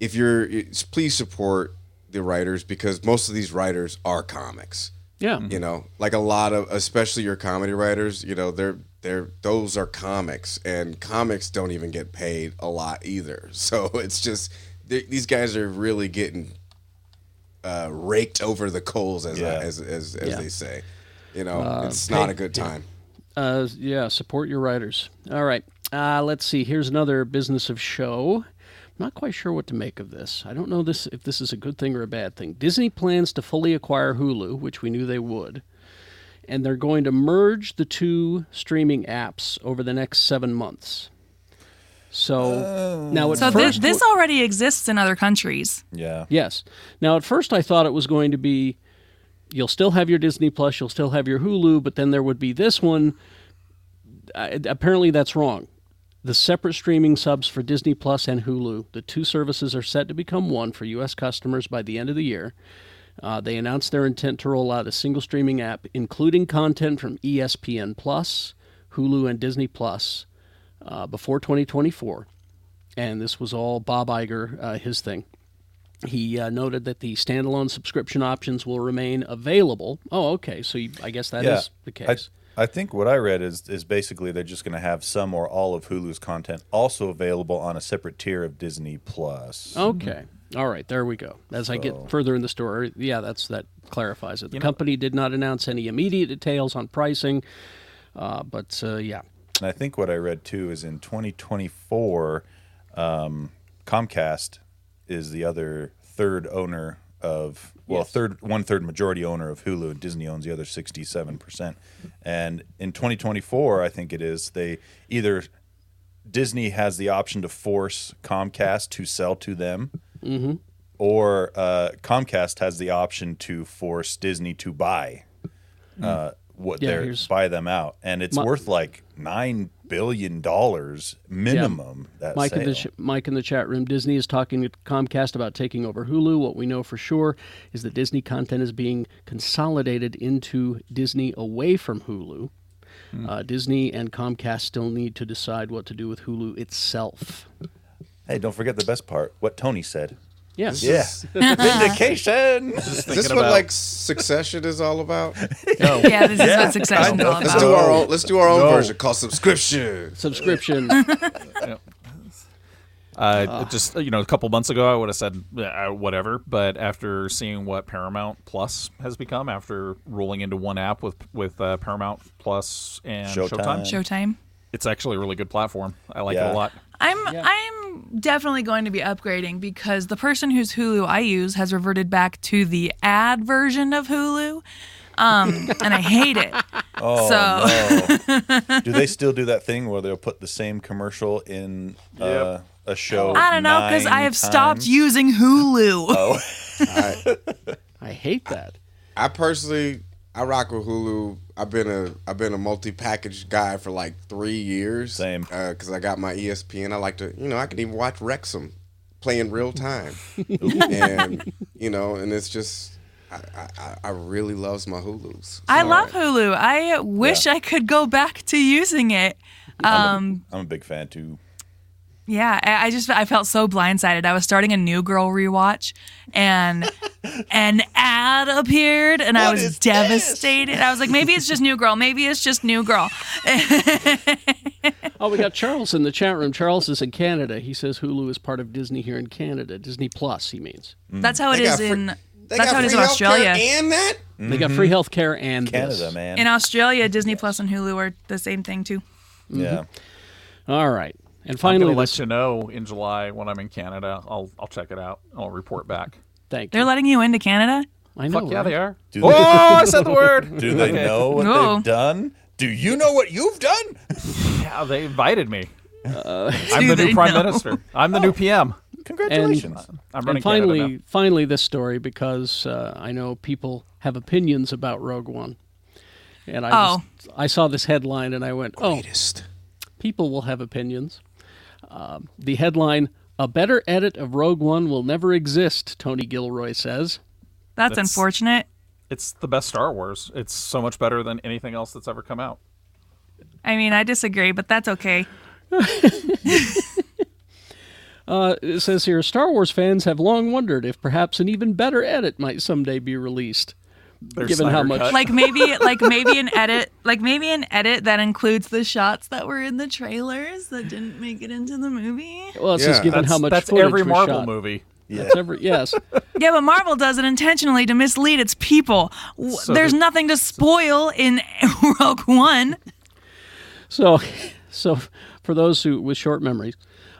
Speaker 6: if you're, it's- please support the writers because most of these writers are comics.
Speaker 3: Yeah.
Speaker 6: You know, like a lot of, especially your comedy writers, you know, they're they're those are comics, and comics don't even get paid a lot either. So it's just they- these guys are really getting uh, raked over the coals, as
Speaker 2: Yeah.
Speaker 6: I, as as, as
Speaker 3: Yeah.
Speaker 6: they say. You know, it's not a good time.
Speaker 3: Uh, yeah, support your writers. All right. Uh, let's see. Here's another business of show. I'm not quite sure what to make of this. I don't know this if this is a good thing or a bad thing. Disney plans to fully acquire Hulu, which we knew they would, and they're going to merge the two streaming apps over the next seven months. So now at
Speaker 4: So this,
Speaker 3: first
Speaker 4: this already exists in other countries.
Speaker 2: Yeah.
Speaker 3: Yes. Now, at first, I thought it was going to be you'll still have your Disney Plus, you'll still have your Hulu, but then there would be this one. I, apparently, that's wrong. The separate streaming subs for Disney Plus and Hulu, the two services are set to become one for U.S. customers by the end of the year. Uh, they announced their intent to roll out a single streaming app, including content from E ESPN Plus, Hulu, and Disney Plus, uh, before 2024. And this was all Bob Iger, uh, his thing. He uh, noted that the standalone subscription options will remain available. Oh, okay. So you, I guess that is
Speaker 2: yeah.
Speaker 3: the
Speaker 2: I-
Speaker 3: case.
Speaker 2: I, think what I read is is basically they're just going to have some or all of Hulu's content also available on a separate tier of Disney Plus.
Speaker 3: Okay. All right. There we go. As I get further in the story, yeah, that's that clarifies it. The company did not announce any immediate details on pricing, uh, but uh, yeah.
Speaker 2: And I think what I read too is in 2024, um, Comcast is the other third owner of well, third one third majority owner of Hulu, and Disney owns the other 67 percent. And in 2024, I think it is they either Disney has the option to force Comcast to sell to them.
Speaker 3: Mm-hmm.
Speaker 2: Or uh, Comcast has the option to force Disney to buy uh, what
Speaker 3: Hmm. Yeah,
Speaker 2: they're
Speaker 3: here's-
Speaker 2: buy them out, and it's
Speaker 3: My-
Speaker 2: worth like nine billion dollars minimum. That
Speaker 3: Mike in, the
Speaker 2: sale.
Speaker 3: ch- Mike in the chat room. Disney is talking to Comcast about taking over Hulu. What we know for sure is that Disney content is being consolidated into Disney away from Hulu.
Speaker 2: Hmm.
Speaker 3: Uh, Disney and Comcast still need to decide what to do with Hulu itself.
Speaker 2: hey, don't forget the best part. What Tony said.
Speaker 3: Yes.
Speaker 2: Yeah, vindication.
Speaker 6: Is this what
Speaker 5: about-
Speaker 6: like Succession is all about?
Speaker 2: Oh.
Speaker 4: Yeah, this is what Succession's all
Speaker 6: Let's
Speaker 4: about.
Speaker 6: do our own. Let's do our own
Speaker 5: No.
Speaker 6: version called subscription.
Speaker 3: Subscription.
Speaker 5: Uh,
Speaker 6: Ah.
Speaker 5: it just you know, a couple months ago, I would have said uh, whatever, but after seeing what Paramount Plus has become after rolling into one app with with uh, Paramount Plus and Showtime.
Speaker 2: Showtime.
Speaker 4: Showtime.
Speaker 5: it's actually a really good platform. I like it
Speaker 2: Yeah.
Speaker 5: a lot.
Speaker 4: I'm I'm definitely going to be upgrading because the person whose Hulu I use has reverted back to the ad version of Hulu, um, and I hate it.
Speaker 2: Oh,
Speaker 4: So-
Speaker 2: no. do they still do that thing where they'll put the same commercial in uh,
Speaker 5: Yep.
Speaker 2: a show?
Speaker 4: I don't know because I
Speaker 2: nine
Speaker 4: have stopped
Speaker 2: times? Oh,
Speaker 4: using Hulu.
Speaker 3: I hate that.
Speaker 6: I personally, I rock with Hulu. I've been a I've been a multi-package guy for like three years.
Speaker 2: Same.
Speaker 6: Because I got my E ESPN. I like to, you know, I can even watch Wrexham play in real time, and you know, and it's just. I, I- I, I really loves my Hulu's.
Speaker 4: I
Speaker 6: So-
Speaker 4: love Hulu. I wish I could go back to using it. Um,
Speaker 2: I'm a big fan too.
Speaker 4: Yeah, I, I just I felt so blindsided. I was starting a New Girl rewatch, and an ad appeared, and I was devastated. I was like, maybe it's just New Girl. Maybe it's just New Girl.
Speaker 3: Oh, we got Charles in the chat room. Charles is in Canada. He says Hulu is part of Disney here in Canada. Disney Plus, he means.
Speaker 4: That's how it
Speaker 6: They
Speaker 4: is
Speaker 6: got free-
Speaker 4: in.
Speaker 6: They
Speaker 4: That's
Speaker 6: got
Speaker 4: how it is in
Speaker 6: free healthcare
Speaker 4: Australia.
Speaker 6: And that
Speaker 3: They got free health care and
Speaker 2: Mm-hmm. Canada,
Speaker 3: this.
Speaker 2: man.
Speaker 4: In Australia, Disney Plus and Hulu are the same thing too. Mm-hmm.
Speaker 2: yeah.
Speaker 3: All right. And
Speaker 5: I'm
Speaker 3: finally,
Speaker 5: gonna
Speaker 3: let's
Speaker 5: let you know in July when I'm in Canada. I'll I'll check it out. I'll report back.
Speaker 3: thank
Speaker 4: They're
Speaker 3: you.
Speaker 4: letting you into Canada.
Speaker 3: I know.
Speaker 5: Fuck yeah,
Speaker 3: right?
Speaker 5: they are.
Speaker 2: Do
Speaker 5: oh,
Speaker 2: they-
Speaker 5: I said the word.
Speaker 2: Do they know what
Speaker 4: No.
Speaker 2: they've done? Do you know what you've done?
Speaker 5: Yeah, Oh, they invited me.
Speaker 4: Do
Speaker 3: Uh,
Speaker 5: I'm the
Speaker 4: they
Speaker 5: new prime
Speaker 4: know?
Speaker 5: minister. I'm the new PM.
Speaker 2: Congratulations.
Speaker 5: I'm
Speaker 3: Oh. and
Speaker 5: running
Speaker 3: finally,
Speaker 5: Canada
Speaker 3: finally, this story because uh, I know people have opinions about Rogue One, and I
Speaker 4: Oh.
Speaker 3: just- I saw this headline and I went, "Oh, people will have opinions." Um, the headline: "A better edit of Rogue One will never exist," Tony Gilroy says.
Speaker 4: That's, unfortunate.
Speaker 5: now. It's the best Star Wars. It's so much better than anything else that's ever come out.
Speaker 4: I mean, I disagree, but that's okay.
Speaker 3: Uh, it says here Star Wars fans have long wondered if perhaps an even better edit might someday be released.
Speaker 5: Their
Speaker 3: Given how
Speaker 5: Snyder
Speaker 3: much-
Speaker 5: cut.
Speaker 4: like maybe like maybe an edit like maybe an edit that includes the shots that were in the trailers that didn't make it into the movie
Speaker 3: Well, it's just
Speaker 6: Yeah.
Speaker 3: given
Speaker 5: that's,
Speaker 3: how much
Speaker 5: that's
Speaker 3: footage
Speaker 5: every
Speaker 3: was
Speaker 5: Marvel
Speaker 3: shot.
Speaker 5: movie.
Speaker 3: That's every yes.
Speaker 4: yeah but marvel does it intentionally to mislead its people W there's
Speaker 5: the-
Speaker 4: nothing to spoil in rogue one
Speaker 3: So, so for those who with short memories,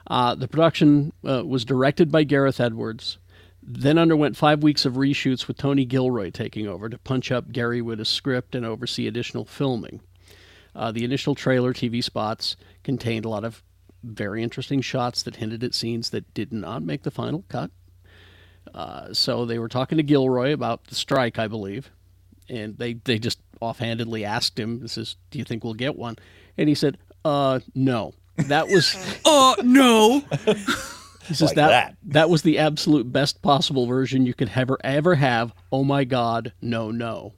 Speaker 3: uh, the production uh, was directed by Gareth Edwards, then underwent five weeks of reshoots with Tony Gilroy taking over to punch up Gary Witta's script and oversee additional filming. Uh, the initial trailer TV spots contained a lot of very interesting shots that hinted at scenes that did not make the final cut. Uh, so they were talking to Gilroy about the strike, I believe, and they, they just offhandedly asked him, "This is, do you think we'll get one?" And he said, "Uh, no." That was
Speaker 4: oh no
Speaker 3: he says
Speaker 2: Uh, Like
Speaker 3: that,
Speaker 2: that.
Speaker 3: that was the absolute best possible version you could ever ever have. Oh my God, no, no.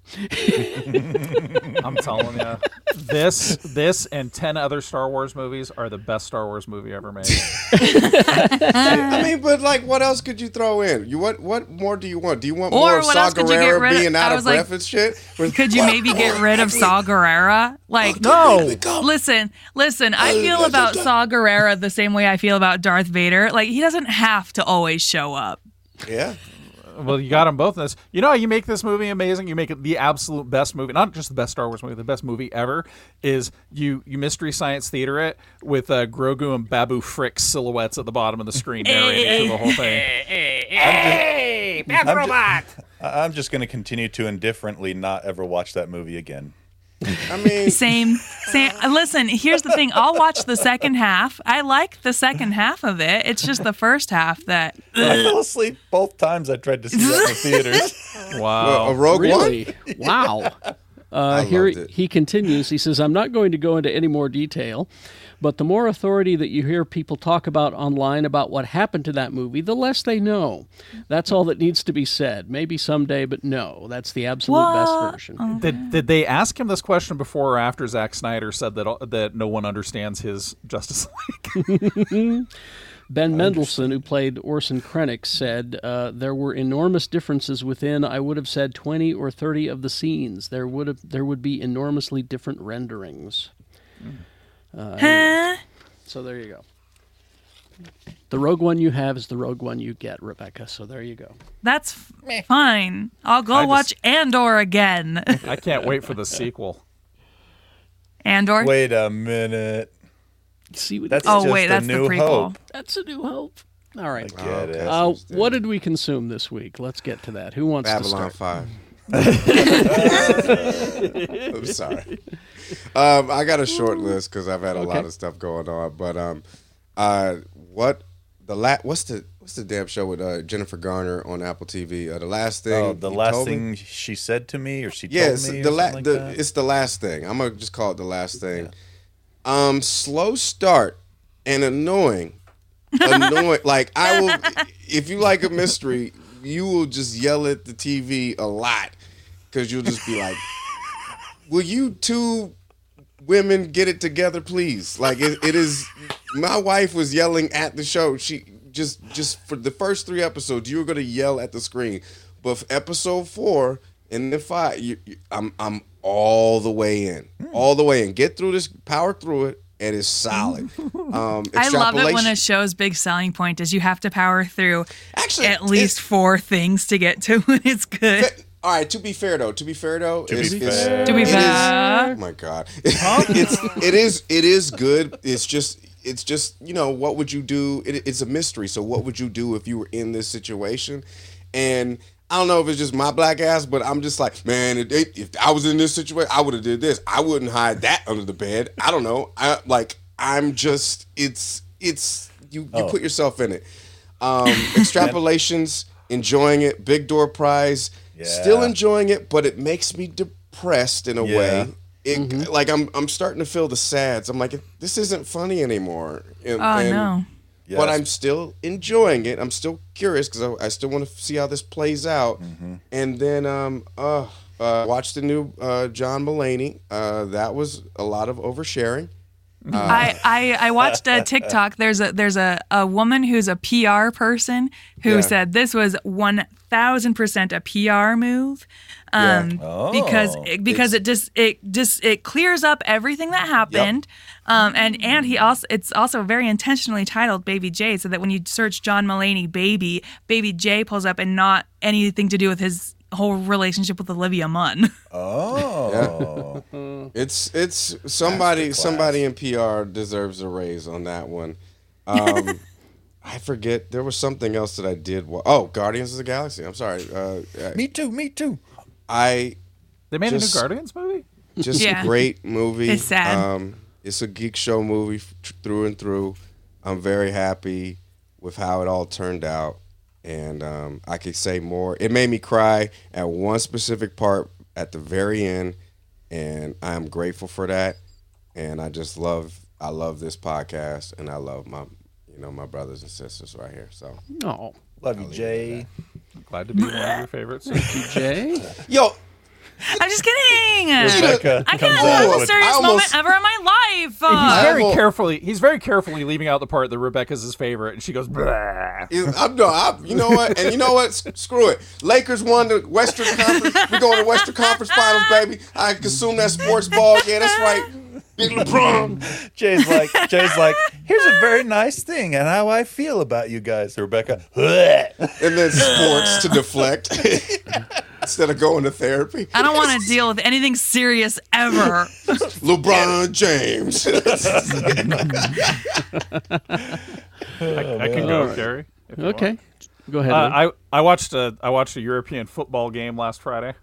Speaker 5: I'm telling you, this this and ten other Star Wars movies are the best Star Wars movie ever made.
Speaker 4: Mm.
Speaker 6: I mean, but like, what else could you throw in? You what? What more do you want? Do you want
Speaker 4: Or
Speaker 6: more of
Speaker 4: what
Speaker 6: Saw
Speaker 4: else could you get
Speaker 6: Gerrera
Speaker 4: rid of-
Speaker 6: being
Speaker 4: I
Speaker 6: out of
Speaker 4: was like,
Speaker 6: breath and shit? With-
Speaker 4: could you maybe get rid of saw guerrera like
Speaker 5: no,
Speaker 4: Listen, listen, I feel about Saw Gerrera the same way I feel about Darth Vader. Like, he doesn't have to always show up.
Speaker 6: Yeah.
Speaker 5: well, you got them both in this. You know how you make this movie amazing? You make it the absolute best movie, not just the best Star Wars movie, the best movie ever. Is you you mystery science theater it with uh, Grogu and Babu Frick silhouettes at the bottom of the screen narrating through the whole thing.
Speaker 2: I- I'm just going to continue to indifferently not ever watch that movie again.
Speaker 6: I mean,
Speaker 4: Same, same. uh, Listen, here's the thing. I'll watch the second half. I like the second half of it. It's just the first half that.
Speaker 2: I fell asleep both times I tried to see that in the theaters.
Speaker 5: Wow.
Speaker 6: a Rogue One.
Speaker 3: Really? Wow. Uh, here
Speaker 6: loved
Speaker 3: he-
Speaker 6: it.
Speaker 3: he continues. He says, I'm not going to go into any more detail, but the more authority that you hear people talk about online about what happened to that movie, the less they know. That's all that needs to be said. Maybe someday, but no. That's the absolute
Speaker 4: What?
Speaker 3: best version.
Speaker 5: Did, did they ask him this question before or after Zack Snyder said that all- that no one understands his Justice League?
Speaker 3: Ben Mendelsohn, who played Orson Krennic, said uh, there were enormous differences within. I would have said twenty or thirty of the scenes. There would have there would be enormously different renderings.
Speaker 4: Huh?
Speaker 3: So there you go. The Rogue One you have is the Rogue One you get, Rebecca. So there you go.
Speaker 4: That's f- fine. I'll go
Speaker 5: just-
Speaker 4: watch Andor again.
Speaker 5: I can't wait for the sequel.
Speaker 4: Andor.
Speaker 2: Wait a minute.
Speaker 3: See what
Speaker 2: That's
Speaker 4: Oh,
Speaker 2: just
Speaker 4: wait,
Speaker 2: a
Speaker 4: that's the
Speaker 2: new
Speaker 4: prequel.
Speaker 2: hope.
Speaker 3: that's a new hope. All right.
Speaker 2: Get it.
Speaker 3: Uh, what did we consume this week? Let's get to that. Who wants
Speaker 6: Babylon
Speaker 3: to start?
Speaker 6: Five. I'm sorry. Um, I got a short list because I've had a lot
Speaker 3: Okay.
Speaker 6: of stuff going on. But um, uh, what the la- What's the What's the damn show with uh, Jennifer Garner on Apple TV? Uh, the last thing.
Speaker 2: Oh, the
Speaker 6: you
Speaker 2: last
Speaker 6: told me?
Speaker 2: thing she said to me, or she
Speaker 6: Yes,
Speaker 2: told me,
Speaker 6: the,
Speaker 2: or
Speaker 6: la-
Speaker 2: something like
Speaker 6: the
Speaker 2: that.
Speaker 6: it's the last thing. I'm gonna just call it the last thing. Um, slow start and annoying, annoying. like I will, if you like a mystery, you will just yell at the TV a lot because you'll just be like, "Will you two women get it together, please?" Like it, it is. My wife was yelling at the show. She just just for the first three episodes, you were gonna yell at the screen, but for episode four and the five, you, you, I'm I'm all the way in, all the way in. Get through this, power through it, and it's solid. Um,
Speaker 4: I love it when
Speaker 6: extrapolation-
Speaker 4: a show's big selling point is you have to power through
Speaker 6: actually
Speaker 4: at least
Speaker 6: it's-
Speaker 4: four things to get to when it's good.
Speaker 6: all right. To be fair though, to be fair though, to
Speaker 2: be fair.
Speaker 4: To be
Speaker 6: it is-
Speaker 4: fair.
Speaker 6: oh my god, it's it is it is good. It's just it's just you know what would you do? It, it's a mystery. So what would you do if you were in this situation? And I don't know if it's just my black ass, but I'm just like, man, if, they, if I was in this situation, I would have did this. I wouldn't hide that under the bed. I don't know. I like I'm just it's it's you you
Speaker 2: Oh.
Speaker 6: put yourself in it. Um, extrapolations, enjoying it. Big door prize. Still
Speaker 2: Yeah.
Speaker 6: enjoying it, but it makes me depressed in a
Speaker 2: Yeah. Mm-hmm.
Speaker 6: way. It, Like I'm, I'm starting to feel the sads. I'm like, this isn't funny anymore. And,
Speaker 4: Oh
Speaker 6: and-
Speaker 4: no.
Speaker 6: But
Speaker 2: Yes.
Speaker 6: I'm still enjoying it. I'm still curious because I, I still want to see how this plays out.
Speaker 2: Mm-hmm.
Speaker 6: And then, um, uh, uh, watch the new uh, John Mulaney. Uh, that was a lot of oversharing.
Speaker 4: I, I I watched a TikTok. There's a there's a, a woman who's a PR person who
Speaker 6: Yeah.
Speaker 4: said this was one thousand percent a PR move, um, because
Speaker 2: Oh.
Speaker 4: it, because it just it just it clears up everything that happened, um, and and he also it's also very intentionally titled Baby J so that when you search John Mulaney Baby Baby J pulls up and not anything to do with his whole relationship with Olivia Munn.
Speaker 2: Oh,
Speaker 6: It's it's somebody somebody in PR deserves a raise on that one. Um, I forget there was something else that I did. Wa- oh, Guardians of the Galaxy. I'm sorry. Uh, I-
Speaker 2: me too, me too.
Speaker 6: I
Speaker 5: They made
Speaker 6: Just-
Speaker 5: a new Guardians movie.
Speaker 6: just
Speaker 4: Yeah.
Speaker 6: great movie.
Speaker 4: It's sad.
Speaker 6: Um, it's a geek show movie f- tr- through and through. I'm very happy with how it all turned out, and um, I could say more. It made me cry at one specific part at the very end, and I'm grateful for that. And I just love, I love this podcast, and I love my, you know, my brothers and sisters right here. So,
Speaker 3: Oh,
Speaker 2: Love you, Jay.
Speaker 5: Glad to be one of your favorites.
Speaker 3: Jay.
Speaker 6: yo,
Speaker 4: I'm just kidding.
Speaker 2: Becca
Speaker 4: I
Speaker 2: comes
Speaker 4: can't
Speaker 2: out
Speaker 4: have the
Speaker 6: almost- I
Speaker 4: serious
Speaker 6: almost-
Speaker 4: moment ever in my life.
Speaker 5: He's
Speaker 4: Uh,
Speaker 5: very
Speaker 6: will-
Speaker 5: carefully. He's very carefully leaving out the part that Rebecca's his favorite, and she goes, "Blah."
Speaker 6: Is- I'm no, I'm, you know what? And you know what? S- Screw it. Lakers won the Western Conference. We're going to Western Conference Finals, baby. I consume that sports ball. Yeah, that's right. Big LeBron.
Speaker 2: Jay's like, Jay's like, here's a very nice thing and how I feel about you guys, Rebecca. Blech.
Speaker 6: And then sports to deflect instead of going to therapy.
Speaker 4: I don't want to deal with anything serious ever.
Speaker 6: LeBron James.
Speaker 5: I can go, Gary. if you want.
Speaker 3: Okay, go ahead. Lynn.
Speaker 5: Uh, I I watched a I watched a European football game last Friday.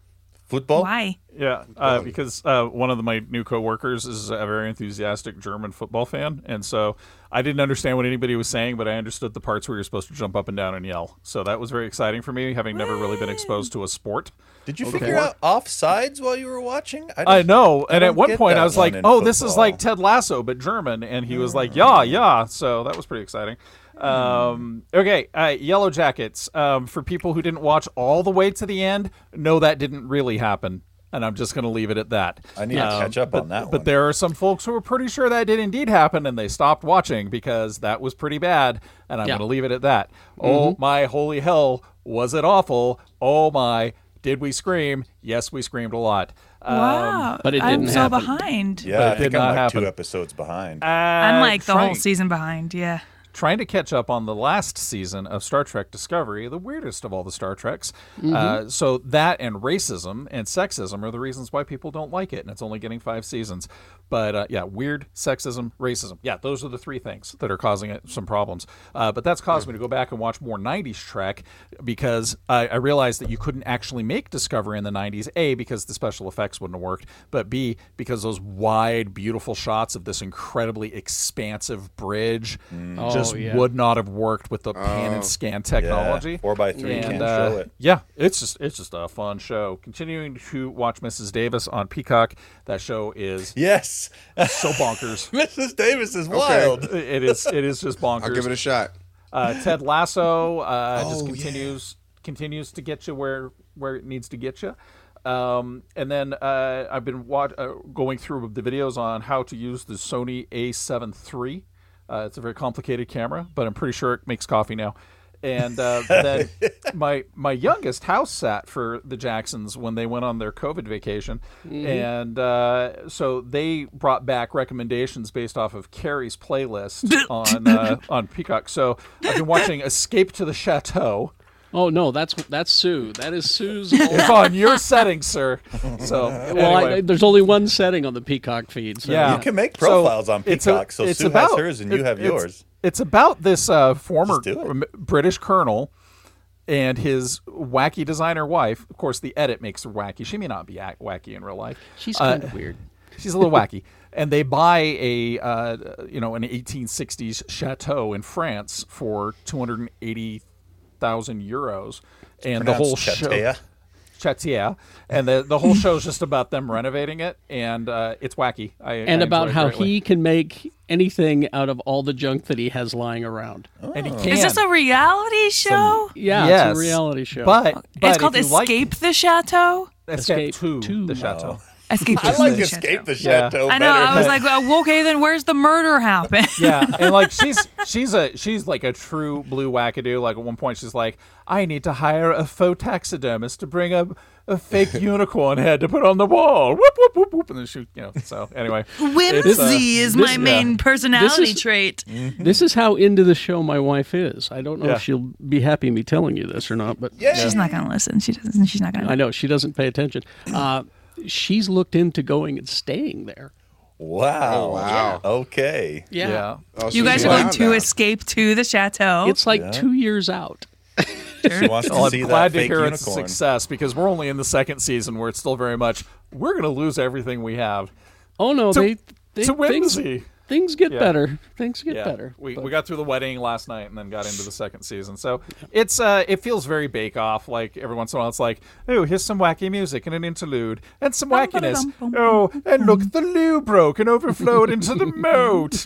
Speaker 2: Football?
Speaker 4: Why?
Speaker 5: Yeah, uh, because uh, one of the, my new coworkers is a very enthusiastic German football fan, and so I didn't understand what anybody was saying, but I understood the parts where you're supposed to jump up and down and yell. So that was very exciting for me, having never really been exposed to a sport.
Speaker 2: Did you figure out offsides while you were watching?
Speaker 5: I know, and at
Speaker 2: don't
Speaker 5: one
Speaker 2: get
Speaker 5: point
Speaker 2: that
Speaker 5: I was
Speaker 2: one
Speaker 5: like, "Oh,
Speaker 2: in
Speaker 5: this
Speaker 2: football."
Speaker 5: is
Speaker 2: Mm.
Speaker 5: like Ted Lasso but German," and he was like, "Yeah, yeah." So that was pretty exciting. Um, okay, uh, Yellow Jackets. Um, for people who didn't watch all the way to the end, no, that didn't really happen, and I'm just going to leave it at that.
Speaker 2: I need to catch up on that
Speaker 5: But
Speaker 2: one.
Speaker 5: there are some folks who are pretty sure that did indeed happen, and they stopped watching because that was pretty bad. And I'm
Speaker 3: Yeah.
Speaker 5: going to leave it at that. Oh
Speaker 2: Mm-hmm.
Speaker 5: my holy hell, was it awful? Oh my, did we scream? Yes, we screamed a lot.
Speaker 4: wow.
Speaker 3: but it
Speaker 4: I'm
Speaker 3: didn't
Speaker 4: so
Speaker 3: happen.
Speaker 4: behind.
Speaker 2: yeah,
Speaker 5: but it
Speaker 2: I think
Speaker 5: did
Speaker 2: I'm
Speaker 5: not
Speaker 2: like
Speaker 5: happen.
Speaker 2: two episodes behind.
Speaker 4: I'm
Speaker 5: Uh,
Speaker 4: like the whole
Speaker 5: trying-
Speaker 4: season behind. Yeah.
Speaker 5: Trying to catch up on the last season of Star Trek Discovery, the weirdest of all the Star Treks. Uh, so that and racism and sexism are the reasons why people don't like it, and it's only getting five seasons. But uh, yeah, weird, sexism, racism. Yeah, those are the three things that are causing it some problems. Uh, but that's caused me to go back and watch more 90s Trek because I, I realized that you couldn't actually make Discovery in the 90s, A, because the special effects wouldn't have worked, but B, because those wide, beautiful shots of this incredibly expansive bridge just
Speaker 3: Oh, yeah.
Speaker 5: would not have worked with the pan and scan technology.
Speaker 2: Yeah, four by three
Speaker 5: And,
Speaker 2: can't
Speaker 5: uh,
Speaker 2: show it.
Speaker 5: yeah, it's just it's just a fun show. Continuing to watch Mrs. Davis on Peacock. That show is
Speaker 2: Yes,
Speaker 5: so bonkers.
Speaker 2: Mrs. Davis is wild.
Speaker 5: it is it is just bonkers.
Speaker 6: I'll give it a shot.
Speaker 5: Uh, Ted Lasso uh, just continues continues to get you where where it needs to get you. Um, and then uh, I've been watch, uh, going through the videos on how to use the Sony A7 III. Uh, it's a very complicated camera, but I'm pretty sure it makes coffee now. And uh, then my my youngest house sat for the Jacksons when they went on their COVID vacation, and uh, so they brought back recommendations based off of Carrie's playlist on uh, on Peacock. So I've been watching Escape to the Chateau.
Speaker 3: oh no, that's that's Sue. That is Sue's. Whole,
Speaker 5: It's on your settings, sir. So
Speaker 3: well, I,
Speaker 5: anyway.
Speaker 3: there's only one setting on the Peacock feed. So
Speaker 5: Yeah.
Speaker 2: You can make profiles on
Speaker 5: it's a-
Speaker 2: Peacock, so
Speaker 5: it's
Speaker 2: Sue
Speaker 5: about-
Speaker 2: has hers and you
Speaker 5: it-
Speaker 2: have
Speaker 5: it's-
Speaker 2: yours.
Speaker 5: It's about this uh, former
Speaker 2: Just do it.
Speaker 5: m- British colonel and his wacky designer wife. Of course, the edit makes her wacky. She may not be act- wacky in real life.
Speaker 3: she's
Speaker 5: Uh,
Speaker 3: kind of weird.
Speaker 5: She's a little wacky. And they buy a uh, you know an 1860s chateau in France for 280,000 euros, and the whole
Speaker 2: Pronounced
Speaker 5: show.
Speaker 2: Chatea.
Speaker 5: Chatea, and the the whole show's just about them renovating it, and uh, it's wacky. I,
Speaker 3: And about how he can make anything out of all the junk that he has lying around.
Speaker 5: and he
Speaker 4: Is
Speaker 5: can.
Speaker 4: this a reality show?
Speaker 3: Oh. Yeah,
Speaker 5: yes,
Speaker 3: it's a reality show.
Speaker 5: But, but
Speaker 4: it's called
Speaker 5: if you like-
Speaker 4: Escape the Chateau.
Speaker 5: Escape,
Speaker 3: Escape
Speaker 5: to
Speaker 3: to-
Speaker 5: the chateau.
Speaker 4: Escape.
Speaker 2: I
Speaker 4: the
Speaker 2: like
Speaker 4: Chateau.
Speaker 2: Escape the
Speaker 5: Yeah.
Speaker 2: Chateau
Speaker 4: I know.
Speaker 2: better.
Speaker 4: I was like, well, okay, then where's the murder happen?
Speaker 5: yeah, and like she's she's a she's like a true blue wackadoo. Like at one point, she's like, "I need to hire a faux taxidermist to bring a, a fake unicorn head to put on the wall." Whoop whoop whoop whoop, and then she, you know. So anyway, it's, uh,
Speaker 4: Whimsy is my
Speaker 5: yeah.
Speaker 4: main personality
Speaker 3: is-
Speaker 4: trait.
Speaker 2: Mm-hmm.
Speaker 3: This is how into the show my wife is. I don't know
Speaker 5: Yeah.
Speaker 3: if she'll be happy me telling you this or not, but
Speaker 4: She's not gonna listen. She doesn't. She's not
Speaker 3: I
Speaker 4: gonna.
Speaker 3: know she doesn't pay attention. Uh, she's looked into going and staying there.
Speaker 2: Oh, wow.
Speaker 6: wow.
Speaker 2: Okay.
Speaker 5: yeah.
Speaker 6: Oh, so
Speaker 4: You guys
Speaker 6: she's
Speaker 4: are going
Speaker 6: down
Speaker 4: to
Speaker 6: now.
Speaker 4: escape to the chateau.
Speaker 3: It's like two years out.
Speaker 2: She wants to
Speaker 5: Well, I'm
Speaker 2: see
Speaker 5: glad
Speaker 2: that
Speaker 5: to
Speaker 2: fake
Speaker 5: hear
Speaker 2: unicorn.
Speaker 5: it's a success because we're only in the second season where it's still very much we're going to lose everything we have
Speaker 3: Oh no, they, they
Speaker 5: to
Speaker 3: things,
Speaker 5: whimsy.
Speaker 3: things get
Speaker 5: Yeah.
Speaker 3: better. Things get
Speaker 5: yeah,
Speaker 3: better.
Speaker 5: We,
Speaker 3: but-
Speaker 5: we got through the wedding last night and then got into the second season. So it's uh it feels very Bake Off. Like every once in a while, it's like, oh, here's some wacky music and an interlude and some wackiness. Oh, and look, the loo broke and overflowed into the moat.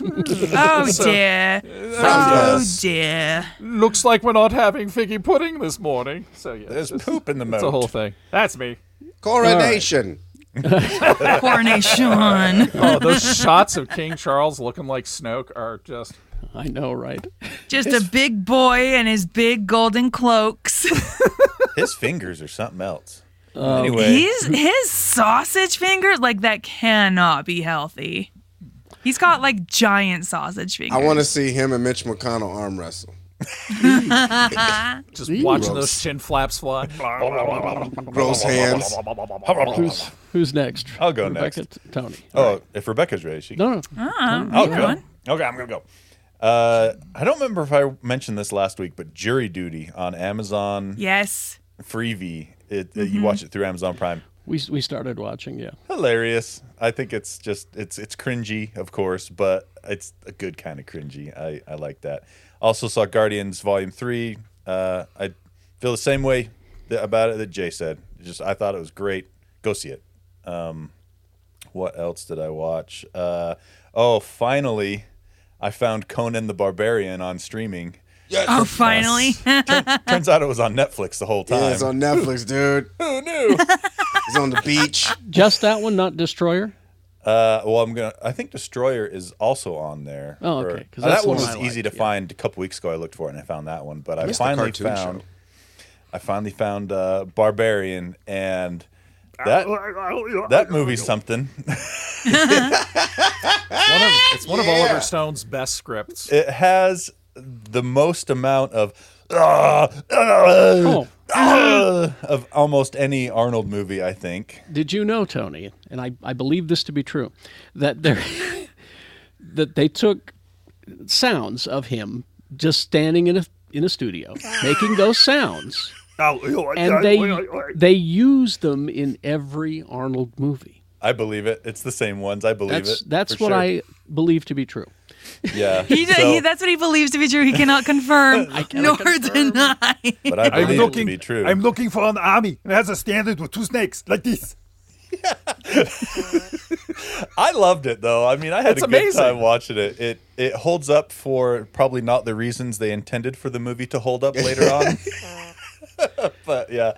Speaker 4: oh dear.
Speaker 2: uh,
Speaker 4: Oh
Speaker 6: Sounds
Speaker 4: dear.
Speaker 5: Looks like we're not having figgy pudding this morning. So yeah,
Speaker 2: There's
Speaker 5: it's
Speaker 2: poop in the moat.
Speaker 5: the whole thing. That's me.
Speaker 6: Coronation.
Speaker 4: Coronation.
Speaker 5: Oh, those shots of King Charles looking like Snoke are just.
Speaker 3: I know, right?
Speaker 4: Just a big boy and his big golden cloaks.
Speaker 2: His fingers are something else.
Speaker 5: Oh.
Speaker 2: anyway,
Speaker 4: He's his sausage fingers like that cannot be healthy. He's got like giant sausage fingers.
Speaker 6: I want to see him and Mitch McConnell arm wrestle.
Speaker 5: Just watching
Speaker 6: Gross.
Speaker 5: those chin flaps fly.
Speaker 6: Gross hands.
Speaker 5: Oh.
Speaker 3: Who's who's next?
Speaker 2: I'll go
Speaker 3: Rebecca,
Speaker 2: next.
Speaker 3: T- Tony.
Speaker 2: oh, if Rebecca's ready, she
Speaker 3: No, no.
Speaker 4: Uh-uh.
Speaker 2: Oh,
Speaker 4: you
Speaker 2: good.
Speaker 4: want?
Speaker 2: Okay, I'm gonna go. Uh, I don't remember if I mentioned this last week, but Jury Duty on Amazon
Speaker 4: Yes.
Speaker 2: Freebie. It, it-
Speaker 5: Mm-hmm.
Speaker 2: You watch it through Amazon Prime.
Speaker 3: We we started watching. Yeah.
Speaker 2: Hilarious. I think it's just it's it's cringy, of course, but it's a good kind of cringy. I I like that. Also saw Guardians Volume Three. Uh, I feel the same way that, about it that Jay said. Just I thought it was great. Go see it. Um, What else did I watch? Uh, oh, finally, I found Conan the Barbarian on streaming.
Speaker 4: Oh, finally.
Speaker 2: Turns out it was on Netflix the whole time.
Speaker 6: Yeah, it's on Netflix, dude.
Speaker 2: Who knew?
Speaker 6: He's on the beach.
Speaker 3: Just that one, not Destroyer.
Speaker 2: uh, well, I'm gonna. I think Destroyer is also on there. uh,
Speaker 3: Oh, okay, 'cause
Speaker 2: that
Speaker 3: that's the
Speaker 2: one
Speaker 3: one
Speaker 2: was
Speaker 3: I
Speaker 2: easy to
Speaker 3: liked, yeah.
Speaker 2: find a couple weeks ago. I looked for it and I found that one, but I,
Speaker 6: missed the
Speaker 2: finally
Speaker 6: cartoon
Speaker 2: found.
Speaker 6: show.
Speaker 2: I finally found uh, Barbarian, and that that movie's something.
Speaker 5: One of, it's one of Oliver Stone's best scripts.
Speaker 2: It has the most amount of. "Ah, ah,
Speaker 3: Oh,
Speaker 2: Uh, of almost any Arnold movie, I think.
Speaker 3: did you know, Tony? And I, I believe this to be true, that there, that they took sounds of him just standing in a in a studio making those sounds, and they they use them in every Arnold movie.
Speaker 2: I believe it. It's the same ones. I believe
Speaker 3: That's
Speaker 2: it.
Speaker 3: that's
Speaker 2: for
Speaker 3: what
Speaker 2: sure.
Speaker 3: I believe to be true.
Speaker 2: Yeah.
Speaker 4: He, d
Speaker 2: so-
Speaker 4: he, that's what he believes to be true. He cannot confirm nor deny.
Speaker 2: but I believe it to be true.
Speaker 7: I'm looking for an army and it has a standard with two snakes like this.
Speaker 2: I loved it though. I mean, I had
Speaker 5: It's
Speaker 2: a good
Speaker 5: amazing.
Speaker 2: time watching it. It it holds up for probably not the reasons they intended for the movie to hold up later on. but yeah,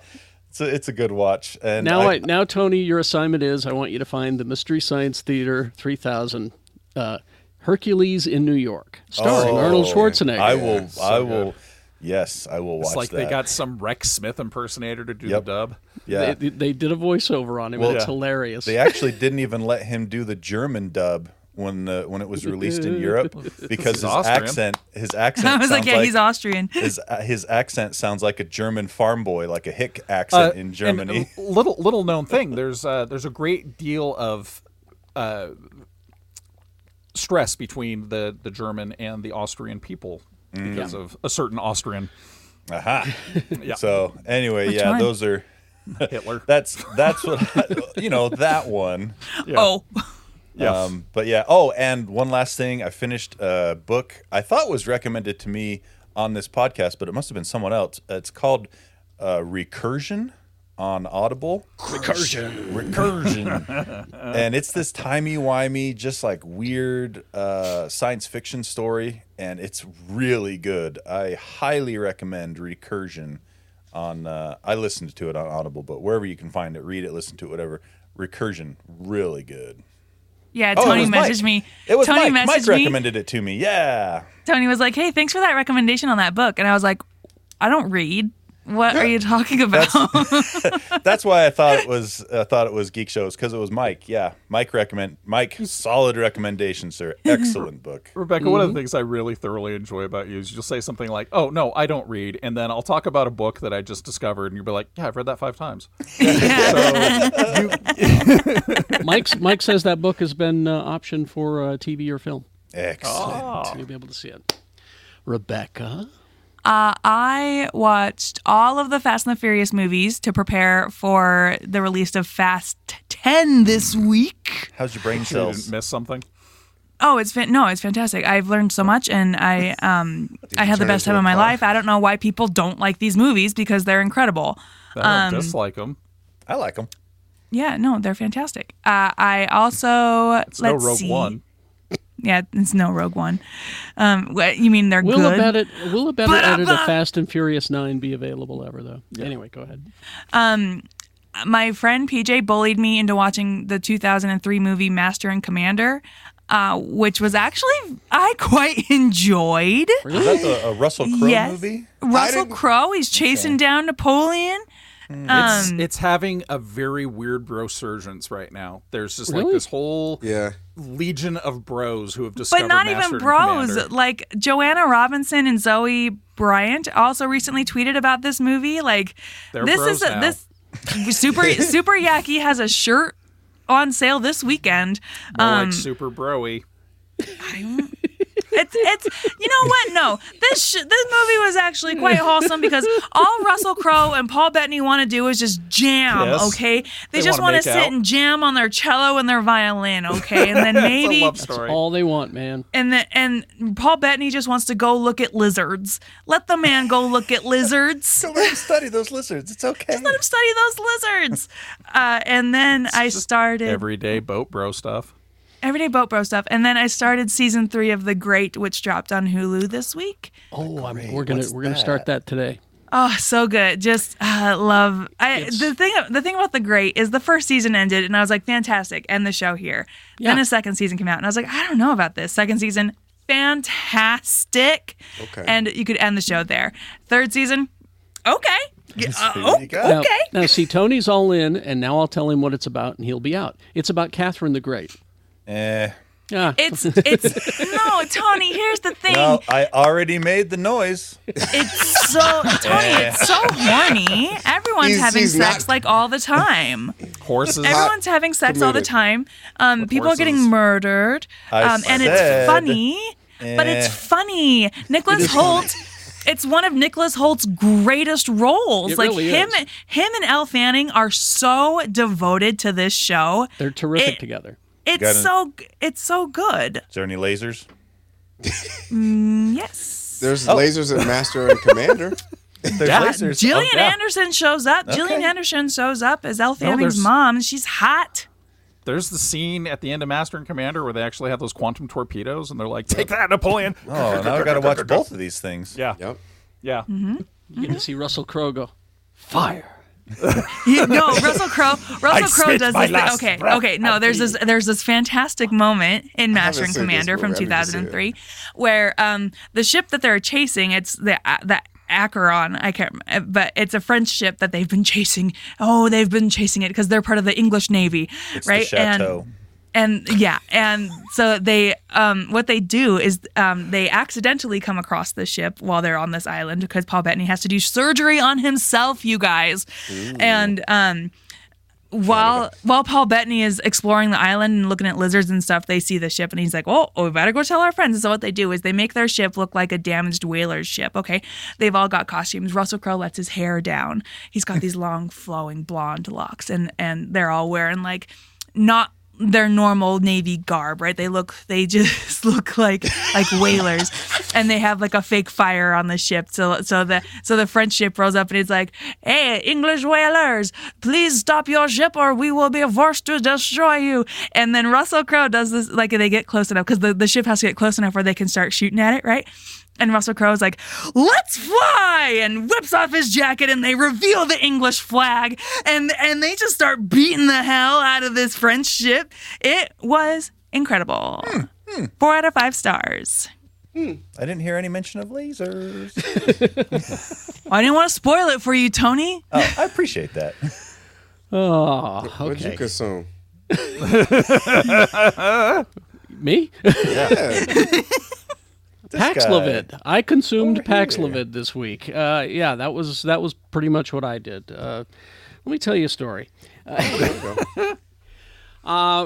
Speaker 2: it's a, it's a good watch. And
Speaker 3: Now,
Speaker 2: I,
Speaker 3: I, now, Tony, your assignment is I want you to find the Mystery Science Theater 3000, uh, Hercules in New York, starring
Speaker 2: Oh,
Speaker 3: Arnold Schwarzenegger.
Speaker 2: I will. I will. Yes, I will watch
Speaker 5: It's like
Speaker 2: that.
Speaker 5: they got some Rex Smith impersonator to do
Speaker 2: Yep.
Speaker 5: the dub.
Speaker 2: yeah.
Speaker 3: They, they did a voiceover on him, and it's hilarious.
Speaker 2: They actually didn't even let him do the German dub when the when it was released in Europe because his
Speaker 5: Austrian.
Speaker 2: accent his accent
Speaker 4: I was like,
Speaker 2: sounds
Speaker 4: yeah, he's Austrian.
Speaker 2: his uh, his accent sounds like a German farm boy, like a hick accent
Speaker 5: Uh,
Speaker 2: in
Speaker 5: and
Speaker 2: Germany.
Speaker 5: a little little known thing. There's uh, there's a great deal of uh, stress between the the German and the Austrian people
Speaker 2: Mm.
Speaker 5: because of a certain Austrian
Speaker 2: Aha. So anyway,
Speaker 4: Which
Speaker 2: yeah,
Speaker 4: one?
Speaker 2: those are
Speaker 5: Hitler.
Speaker 2: that's that's what I, you know that one.
Speaker 4: Oh,
Speaker 5: yeah.
Speaker 2: Um, but yeah. Oh, and one last thing. I finished a book I thought was recommended to me on this podcast, but it must have been someone else. It's called uh, Recursion on Audible. Recursion. Recursion. and it's this timey wimey, just like weird uh, science fiction story, and it's really good. I highly recommend Recursion. On uh, I listened to it on Audible, but wherever you can find it, read it, listen to it, whatever. Recursion, really good.
Speaker 4: Yeah,
Speaker 2: Oh, it
Speaker 4: Tony
Speaker 2: was Mike.
Speaker 4: messaged me.
Speaker 2: It was
Speaker 4: Tony
Speaker 2: Mike. Mike
Speaker 4: messaged me.
Speaker 2: recommended it to me. Yeah.
Speaker 4: Tony was like, "Hey, thanks for that recommendation on that book," and I was like, "I don't read. What are you talking about?"
Speaker 2: That's why I thought it was I thought it was Geek Shows because it was Mike. Yeah, Mike recommend Mike solid recommendation, sir. Excellent book.
Speaker 5: Rebecca, one of the things I really thoroughly enjoy about you is you'll say something like, "Oh no, I don't read," and then I'll talk about a book that I just discovered, and you'll be like, "Yeah, I've read that five times."
Speaker 3: Mike's, Mike says that book has been uh, optioned for uh, TV or film.
Speaker 2: Excellent.
Speaker 3: You'll be able to see it. Rebecca,
Speaker 4: Uh, I watched all of the Fast and the Furious movies to prepare for the release of Fast 10 this week.
Speaker 2: How's your brain
Speaker 5: You didn't
Speaker 2: cells?
Speaker 5: miss something.
Speaker 4: Oh, it's fan- no, it's fantastic. I've learned so much, and I um I had the
Speaker 6: turn
Speaker 4: best time
Speaker 6: into a
Speaker 4: of my
Speaker 6: car?
Speaker 4: life. I don't know why people don't like these movies because they're incredible.
Speaker 5: I don't dislike them.
Speaker 2: I like them.
Speaker 4: Yeah, no, they're fantastic. Uh, I also
Speaker 5: It's
Speaker 4: let's
Speaker 5: no Rogue
Speaker 4: see.
Speaker 5: One.
Speaker 4: Yeah, it's no Rogue One. Um, what, you mean they're
Speaker 3: will
Speaker 4: good?
Speaker 3: a better will a better edit of Fast and Furious Nine be available ever though? Anyway, go ahead.
Speaker 4: my friend PJ bullied me into watching the 2003 movie Master and Commander, uh, which was actually I quite enjoyed.
Speaker 2: Is that the, a Russell Crowe
Speaker 4: Yes.
Speaker 2: movie?
Speaker 4: Russell
Speaker 6: didn't-
Speaker 4: Crowe, he's chasing down Napoleon.
Speaker 5: It's, it's having a very weird bro surgence right now. There's just
Speaker 3: Really?
Speaker 5: like this whole
Speaker 6: Yeah.
Speaker 5: legion of bros who have discovered
Speaker 4: But not
Speaker 5: Master
Speaker 4: even
Speaker 5: and
Speaker 4: bros.
Speaker 5: Commander.
Speaker 4: Like Joanna Robinson and Zoe Bryant also recently tweeted about this movie. Like
Speaker 5: They're
Speaker 4: this
Speaker 5: bros
Speaker 4: is a,
Speaker 5: now.
Speaker 4: this super super yaki has a shirt on sale this weekend. Um,
Speaker 5: More like super broy.
Speaker 4: It's it's you know what? No, this sh- this movie was actually quite wholesome because all Russell Crowe and Paul Bettany want to do is just jam.
Speaker 5: Yes.
Speaker 4: Okay, they,
Speaker 5: They
Speaker 4: just
Speaker 5: wanna
Speaker 4: want to
Speaker 5: make
Speaker 4: sit
Speaker 5: out.
Speaker 4: and jam on their cello and their violin. Okay, and then
Speaker 5: It's a
Speaker 4: maybe
Speaker 5: love
Speaker 3: That's
Speaker 5: story.
Speaker 3: all they want, man.
Speaker 4: and then and Paul Bettany just wants to go look at lizards. Let the man go look at lizards.
Speaker 2: Don't let him study those lizards. It's okay.
Speaker 4: Let him study those lizards. Uh, and then I started
Speaker 5: Everyday boat bro stuff.
Speaker 4: everyday boat bro stuff. And then I started season three of The Great, which dropped on Hulu this week.
Speaker 3: Oh, I'm, we're gonna we're gonna start that today.
Speaker 4: Oh, so good. Just uh, love. I, the thing. The thing about the great is the first season ended, and I was like, fantastic, end the show here. Then
Speaker 3: Yeah.
Speaker 4: a second season came out, and I was like, I don't know about this second season. Fantastic.
Speaker 6: Okay.
Speaker 4: And you could end the show there. Third season, okay. Yeah, uh, oh,
Speaker 2: you go.
Speaker 4: okay.
Speaker 3: Now, now see, Tony's all in, and now I'll tell him what it's about, and he'll be out. It's about Catherine the Great.
Speaker 2: Eh.
Speaker 3: Yeah,
Speaker 4: It's it's no Tony. Here's the thing.
Speaker 2: Well, I already made the noise.
Speaker 4: It's so Tony. It's so horny. Everyone's
Speaker 6: He's-
Speaker 4: having
Speaker 6: he's
Speaker 4: sex
Speaker 6: not-
Speaker 4: like all the time.
Speaker 5: Horses.
Speaker 4: Everyone's having sex all the
Speaker 6: committed.
Speaker 4: time. Um, people
Speaker 5: horses.
Speaker 4: are getting murdered,
Speaker 2: I
Speaker 4: um, and
Speaker 2: said-
Speaker 4: it's funny. But it's
Speaker 2: Eh.
Speaker 4: funny. Nicholas Holt. It's one of Nicholas Holt's greatest roles.
Speaker 3: It
Speaker 4: like
Speaker 3: really
Speaker 4: him,
Speaker 3: is.
Speaker 4: him and Elle Fanning are so devoted to this show.
Speaker 3: they're terrific
Speaker 4: it-
Speaker 3: together.
Speaker 4: It's
Speaker 2: Got it.
Speaker 4: so it's so good.
Speaker 2: Is there any lasers?
Speaker 4: Yes.
Speaker 6: There's lasers and Master and Commander.
Speaker 2: There's lasers.
Speaker 4: Gillian
Speaker 2: Oh, yeah.
Speaker 4: Anderson shows up. Gillian Anderson shows up as Elle Fanning's
Speaker 5: there's-
Speaker 4: mom. She's hot.
Speaker 5: There's the scene at the end of Master and Commander where they actually have those quantum torpedoes, and they're like, "Take that, Napoleon!"
Speaker 2: Oh, now I got to watch both of these things.
Speaker 5: Yeah,
Speaker 6: Yep.
Speaker 5: yeah.
Speaker 3: You get to see Russell Crowe go fire.
Speaker 4: Yeah, no, Russell Crowe. Russell Crowe
Speaker 7: spit
Speaker 4: does
Speaker 7: my
Speaker 4: this. Thing.
Speaker 7: last
Speaker 4: Okay,
Speaker 7: breath
Speaker 4: okay. No, there's this. There's this fantastic moment in Master and
Speaker 6: seen this
Speaker 4: Commander from
Speaker 6: movie. I need to see it.
Speaker 4: 2003, where um the ship that they're chasing, it's the uh, the Acheron. I can't, rem- but it's a French ship that they've been chasing. Oh, they've been chasing it because they're part of the English Navy,
Speaker 2: It's the
Speaker 4: right?
Speaker 2: chateau.
Speaker 4: And and yeah and so they um what they do is um they accidentally come across the ship while they're on this island because paul bettany has to do surgery on himself you guys and um while while Paul Bettany is exploring the island and looking at lizards and stuff, they see the ship and he's like, "Oh, oh, we better go tell our friends." And so what they do is they make their ship look like a damaged whaler's ship. Okay, they've all got costumes. Russell Crowe lets his hair down. He's got these long, flowing blonde locks, and and they're all wearing like not their normal navy garb, right? They look they just look like like whalers and they have like a fake fire on the ship. So so the so the French ship rolls up and it's like, "Hey, English whalers, please stop your ship or we will be forced to destroy you." And then Russell Crowe does this like they get close enough cuz the, the ship has to get close enough where they can start shooting at it, right? And Russell Crowe's like, "Let's fly!" and whips off his jacket, and they reveal the English flag, and and they just start beating the hell out of this French ship. It was incredible. Four out of five stars.
Speaker 2: I didn't hear any mention of lasers.
Speaker 4: I didn't want to spoil it for you, Tony.
Speaker 2: oh, I appreciate that.
Speaker 3: Oh,
Speaker 6: What'd you
Speaker 3: okay.
Speaker 6: consume?
Speaker 3: Me?
Speaker 6: Yeah.
Speaker 3: Paxlovid. I consumed
Speaker 2: Over here.
Speaker 3: Paxlovid this week. Uh, yeah, that was that was pretty much what I did. Uh, let me tell you a story. Uh,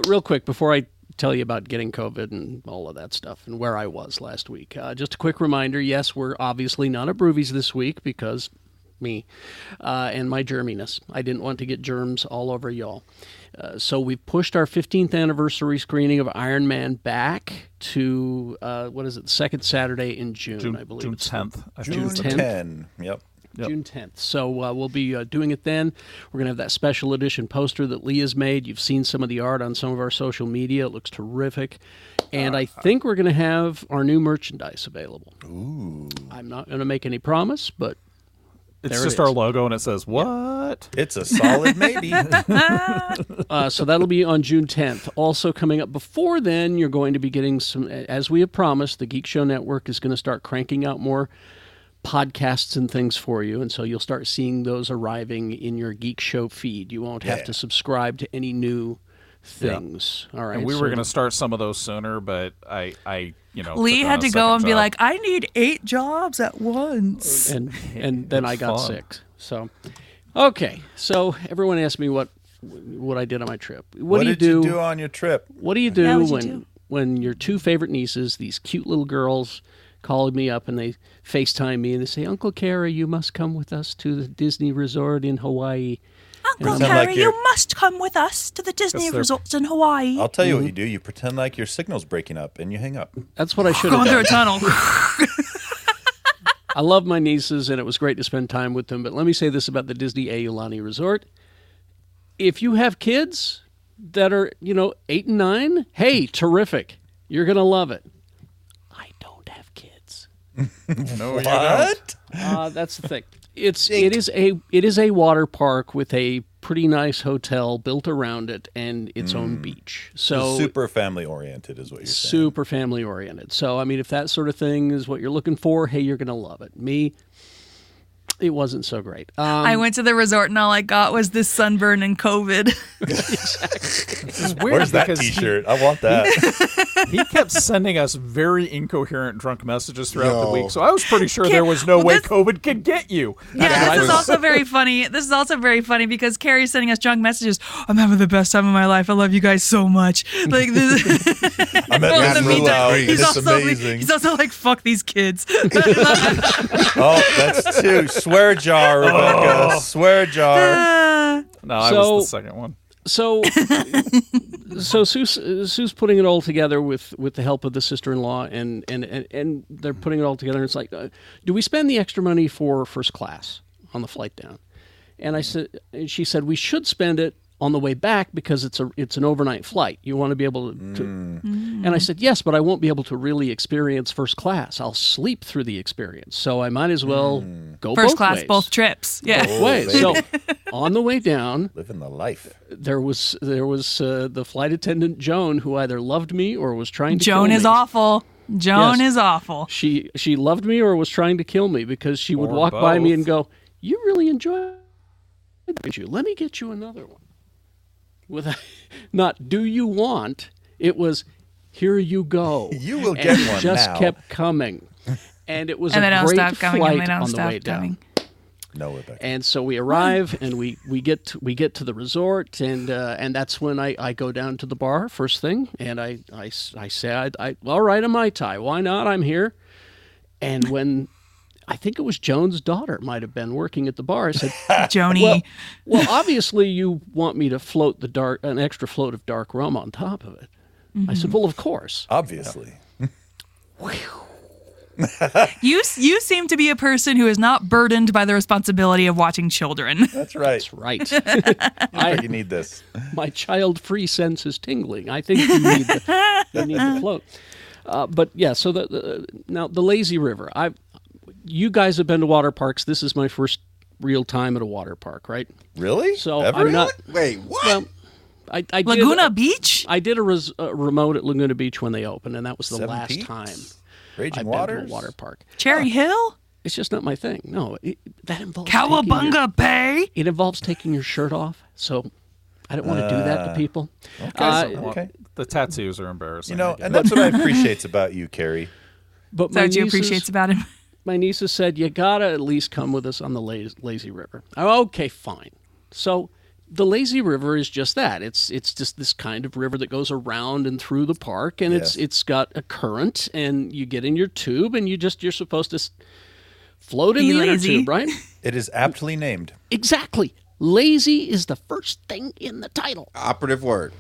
Speaker 3: real quick before I tell you about getting COVID and all of that stuff and where I was last week. Uh, just a quick reminder. Yes, we're obviously not at Broovies this week because me uh, and my germiness. I didn't want to get germs all over y'all. Uh, so we pushed our 15th anniversary screening of Iron Man back to uh, what is it? The second Saturday in June,
Speaker 5: June,
Speaker 3: I believe.
Speaker 5: June
Speaker 3: it's
Speaker 5: 10th. I
Speaker 2: June
Speaker 5: think.
Speaker 3: 10th.
Speaker 2: 10. Yep.
Speaker 3: June 10th. So uh, we'll be uh, doing it then. We're going to have that special edition poster that Lee has made. You've seen some of the art on some of our social media. It looks terrific. And I think we're going to have our new merchandise available. Ooh. I'm not going to make any promise, but
Speaker 5: It's
Speaker 3: There it
Speaker 5: just
Speaker 3: is.
Speaker 5: our logo and it says, What?
Speaker 2: It's a solid maybe.
Speaker 3: Uh, so that'll be on June 10th. Also, coming up before then, you're going to be getting some, as we have promised, the Geek Show Network is going to start cranking out more podcasts and things for you. And so you'll start seeing those arriving in your Geek Show feed. You won't have to subscribe to any new things. All right.
Speaker 5: And we
Speaker 3: so-
Speaker 5: were going to start some of those sooner, but I, I you know.
Speaker 4: Lee
Speaker 5: took on
Speaker 4: had
Speaker 5: a
Speaker 4: to
Speaker 5: second
Speaker 4: go and be
Speaker 5: job.
Speaker 4: like, I need eight jobs at once.
Speaker 3: and and then I got
Speaker 5: fun.
Speaker 3: sick. So, okay. So everyone asked me what what I did on my trip. What,
Speaker 2: what
Speaker 3: do you
Speaker 2: did
Speaker 3: do?
Speaker 2: you do on your trip?
Speaker 3: What do you do
Speaker 4: what'd you
Speaker 3: when
Speaker 4: do?
Speaker 3: when your two favorite nieces, these cute little girls, call me up and they FaceTime me and they say, "Uncle Kara, you must come with us to the Disney resort in Hawaii."
Speaker 4: Uncle
Speaker 2: Sound
Speaker 4: Harry,
Speaker 2: like
Speaker 4: you
Speaker 2: you're-
Speaker 4: must come with us to the Disney
Speaker 5: they're-
Speaker 4: resorts in Hawaii.
Speaker 2: I'll tell you
Speaker 3: Mm-hmm.
Speaker 2: what you do. You pretend like your signal's breaking up and you hang up.
Speaker 3: That's what I should have
Speaker 4: Going through a
Speaker 3: done.
Speaker 4: tunnel.
Speaker 3: I love my nieces and it was great to spend time with them, but let me say this about the Disney Aulani Resort. If you have kids that are, you know, 8 and 9, hey, terrific. You're going to love it. I don't have kids.
Speaker 5: No, you don't.
Speaker 2: What?
Speaker 3: Uh, that's the thing. It's it is a it is a water park with a pretty nice hotel built around it and its own beach. So
Speaker 2: Mm. Super family oriented is what you're saying.
Speaker 3: super family oriented. So I mean, if that sort of thing is what you're looking for, hey, you're gonna love it. Me, it wasn't so great. Um,
Speaker 4: I went to the resort and all I got was this sunburn and COVID.
Speaker 5: This is weird
Speaker 2: Where's that
Speaker 5: because he-
Speaker 2: T-shirt? I want that.
Speaker 5: He kept sending us very incoherent drunk messages throughout the
Speaker 6: No.
Speaker 5: week, so I was pretty sure there was no
Speaker 4: Well,
Speaker 5: way
Speaker 4: that's-
Speaker 5: COVID could get you.
Speaker 4: Yeah,
Speaker 6: That
Speaker 4: this is
Speaker 6: was-
Speaker 4: also very funny. This is also very funny because Carrie's sending us drunk messages. I'm having the best time of my life. I love you guys so much. Like this.
Speaker 2: I'm at
Speaker 4: Well, in the
Speaker 6: Jasmine
Speaker 2: Disney
Speaker 4: meantime,
Speaker 2: World.
Speaker 6: Lowry.
Speaker 4: he's
Speaker 2: It's
Speaker 4: also
Speaker 2: amazing.
Speaker 4: he's also like fuck these kids.
Speaker 2: oh, that's two. Swear jar,
Speaker 3: Oh.
Speaker 2: Rebecca. Swear jar.
Speaker 3: Ah.
Speaker 5: No, I
Speaker 3: So-
Speaker 5: was the second one.
Speaker 3: so so Sue's, uh, Sue's putting it all together with, with the help of the sister-in-law and, and, and, and they're putting it all together and it's like uh, do we spend the extra money for first class on the flight down and i said and she said we should spend it on the way back because it's a it's an overnight flight you want to be able to, to and i said yes but i won't be able to really experience first class i'll sleep through the experience so i might as well go
Speaker 4: First
Speaker 3: both
Speaker 4: class,
Speaker 3: ways.
Speaker 4: both trips. Yeah.
Speaker 2: Oh,
Speaker 3: ways
Speaker 2: baby.
Speaker 3: so on the way down
Speaker 2: Living the life.
Speaker 3: there was there was uh, the flight attendant Joan who either loved me or was trying to
Speaker 4: Joan
Speaker 3: kill
Speaker 4: is
Speaker 3: me.
Speaker 4: awful. Joan
Speaker 3: Yes.
Speaker 4: is awful.
Speaker 3: She she loved me or was trying to kill me because she would
Speaker 5: Or
Speaker 3: walk by me
Speaker 5: both.
Speaker 3: and go, "You really enjoy it, you? Let me get you another one." With not do you want? It was here you go.
Speaker 2: You will
Speaker 3: And
Speaker 2: get
Speaker 3: it
Speaker 2: one
Speaker 3: just
Speaker 2: now.
Speaker 3: kept coming. And it was
Speaker 4: And
Speaker 3: a
Speaker 4: they don't
Speaker 3: great
Speaker 4: stop coming. And
Speaker 3: flight
Speaker 4: they don't
Speaker 3: on the way
Speaker 4: stop
Speaker 3: down.
Speaker 4: coming.
Speaker 2: No, Rebecca.
Speaker 3: And so we arrive and we, we get to, we get to the resort and uh, and that's when I, I go down to the bar first thing and I I, s- I say I, I all right a mai tai why not I'm here and when I think it was Joan's daughter might have been working at the bar I said
Speaker 4: Joni.
Speaker 3: well well obviously you want me to float the dark an extra float of dark rum on top of it I said well of course
Speaker 2: Obviously.
Speaker 4: You you seem to be a person who is not burdened by the responsibility of watching children.
Speaker 2: That's right.
Speaker 3: that's right
Speaker 2: you need this.
Speaker 3: my child free sense is tingling. I think you need the, you need the float. Uh, but yeah, so the, the now the lazy river. I, you guys have been to water parks. This is my first real time at a water park, right?
Speaker 2: Really?
Speaker 3: So
Speaker 2: Ever?
Speaker 3: I'm not.
Speaker 6: Wait, what?
Speaker 3: Well, I, I
Speaker 4: Laguna
Speaker 3: Did,
Speaker 4: Beach?
Speaker 3: I did a, res, a remote at Laguna Beach when they opened, and that was the
Speaker 2: Seven
Speaker 3: last
Speaker 2: Peaks?
Speaker 3: time I've
Speaker 2: Raging
Speaker 3: been
Speaker 2: Waters.
Speaker 3: to a water park.
Speaker 4: Cherry Hill?
Speaker 3: It's just not my thing. No, it, that involves taking your-
Speaker 4: Cowabunga Bay?
Speaker 3: it involves taking your shirt off. So I don't want to do that
Speaker 2: Uh,
Speaker 3: to people.
Speaker 4: uh,
Speaker 3: Uh,
Speaker 2: Okay.
Speaker 5: Well,
Speaker 2: okay.
Speaker 5: The tattoos are embarrassing.
Speaker 2: You know,
Speaker 5: I guess.
Speaker 2: and that's what I appreciate about you, Carrie.
Speaker 3: But
Speaker 4: Is that
Speaker 3: my
Speaker 4: what you
Speaker 3: nieces-
Speaker 4: appreciate about him?
Speaker 3: my nieces said, "You gotta at least come with us on the lazy, lazy river." Oh, Okay, fine. So the lazy river is just that. It's it's just this kind of river that goes around and through the park, and it's
Speaker 2: Yes.
Speaker 3: it's got a current, and you get in your tube, and you just you're supposed to s- float in
Speaker 4: Be
Speaker 3: the
Speaker 4: lazy.
Speaker 3: inner tube, right?
Speaker 2: It is aptly named.
Speaker 3: exactly. Lazy is the first thing in the title.
Speaker 6: Operative word.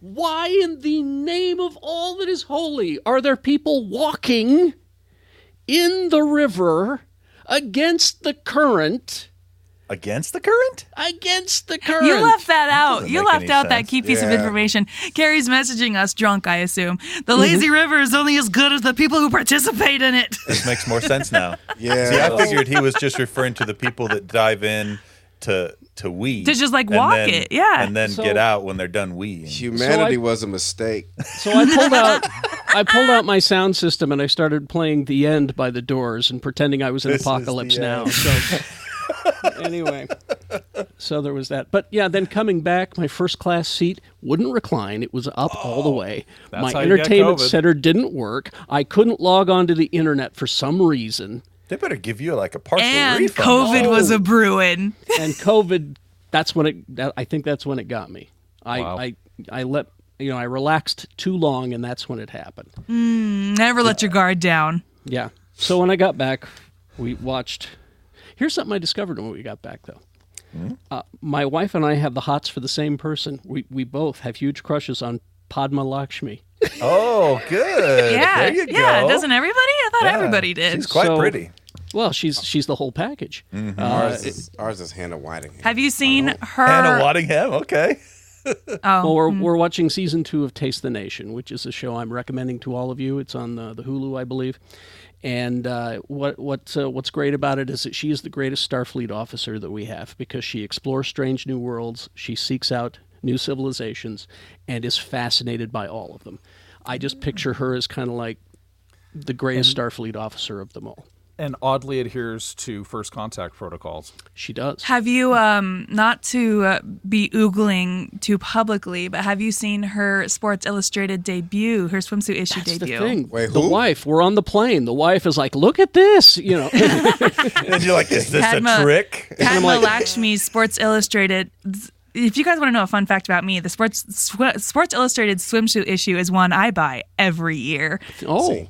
Speaker 3: Why in the name of all that is holy are there people walking in the river against the current?
Speaker 2: Against the current?
Speaker 3: Against the current.
Speaker 4: You left that out.
Speaker 2: Doesn't
Speaker 4: You
Speaker 2: make
Speaker 4: left
Speaker 2: any
Speaker 4: out that
Speaker 2: sense.
Speaker 4: key piece of
Speaker 6: Yeah.
Speaker 4: information. Carrie's messaging us drunk, I assume. The
Speaker 2: Mm-hmm.
Speaker 4: lazy river is only as good as the people who participate in it.
Speaker 2: This makes more sense now.
Speaker 6: Yeah.
Speaker 2: See, I figured he was just referring to the people that dive in to to wee.
Speaker 4: To just, like,
Speaker 2: and
Speaker 4: walk
Speaker 2: then-
Speaker 4: it, yeah.
Speaker 2: And then
Speaker 3: So-
Speaker 2: get out when they're done weeing.
Speaker 6: Humanity
Speaker 3: So I-
Speaker 6: was a mistake.
Speaker 4: Uh,
Speaker 3: So I pulled out I pulled out my sound system and I started playing The End by the Doors and pretending I was in
Speaker 2: This is The
Speaker 3: Apocalypse Now.
Speaker 2: End.
Speaker 3: So anyway, so there was that. But yeah, then coming back, my first class seat wouldn't recline. It was up all the way.
Speaker 5: that's
Speaker 3: My
Speaker 5: how you get
Speaker 3: entertainment
Speaker 5: COVID.
Speaker 3: center didn't work. I couldn't log onto the internet for some reason.
Speaker 2: They better give you like a partial
Speaker 4: and
Speaker 2: refund.
Speaker 4: COVID was
Speaker 2: Oh.
Speaker 4: a brewing.
Speaker 3: and COVID, that's when it. That, I think that's when it got me. I, I I let you know I relaxed too long, and that's when it happened.
Speaker 4: Never let your guard down.
Speaker 3: Yeah. So when I got back, we watched. Here's something I discovered when we got back, though. Uh, my wife and I have the hots for the same person. We we both have huge crushes on Padma Lakshmi.
Speaker 2: Oh, good.
Speaker 4: Yeah.
Speaker 2: There you
Speaker 4: Yeah.
Speaker 2: go.
Speaker 4: Doesn't everybody? I thought
Speaker 2: Yeah.
Speaker 4: everybody did.
Speaker 2: She's quite
Speaker 3: So-
Speaker 2: pretty.
Speaker 3: Well, she's she's the whole package. Uh,
Speaker 6: Ours, is, ours is Hannah Whiting.
Speaker 4: Have you seen her?
Speaker 2: Hannah Waddingham. Okay.
Speaker 3: Well, we're, we're watching season two of Taste the Nation, which is a show I'm recommending to all of you. It's on the, the Hulu, I believe. And uh, what what uh, what's great about it is that she is the greatest Starfleet officer that we have because she explores strange new worlds, she seeks out new civilizations, and is fascinated by all of them. I just picture her as kind of like the greatest Starfleet officer of them all.
Speaker 5: and oddly adheres to first contact protocols.
Speaker 3: She does.
Speaker 4: Have you, um, not to uh, be oogling too publicly, but have you seen her Sports Illustrated debut, her swimsuit issue
Speaker 3: That's the
Speaker 4: debut?
Speaker 3: thing.
Speaker 6: Wait,
Speaker 3: the
Speaker 6: who?
Speaker 3: wife. We're on the plane. The wife is like, "Look at this," you know.
Speaker 2: And you're like, is this
Speaker 4: Padma-
Speaker 2: a trick?
Speaker 4: Padma Lakshmi's Sports Illustrated. If you guys want to know a fun fact about me, the Sports sw- Sports Illustrated swimsuit issue is one I buy every year.
Speaker 3: Oh,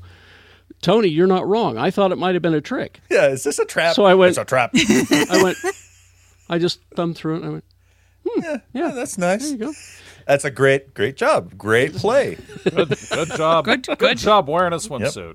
Speaker 3: Tony, you're not wrong. I thought it might have been a trick.
Speaker 2: Yeah. Is this a trap?
Speaker 3: So I went-
Speaker 2: It's a trap.
Speaker 3: I went, I just thumbed through it. And I went,
Speaker 2: yeah, that's nice.
Speaker 3: there you go.
Speaker 2: That's a great, great job. Great play.
Speaker 5: Good job. good,
Speaker 4: good.
Speaker 5: job wearing a swimsuit.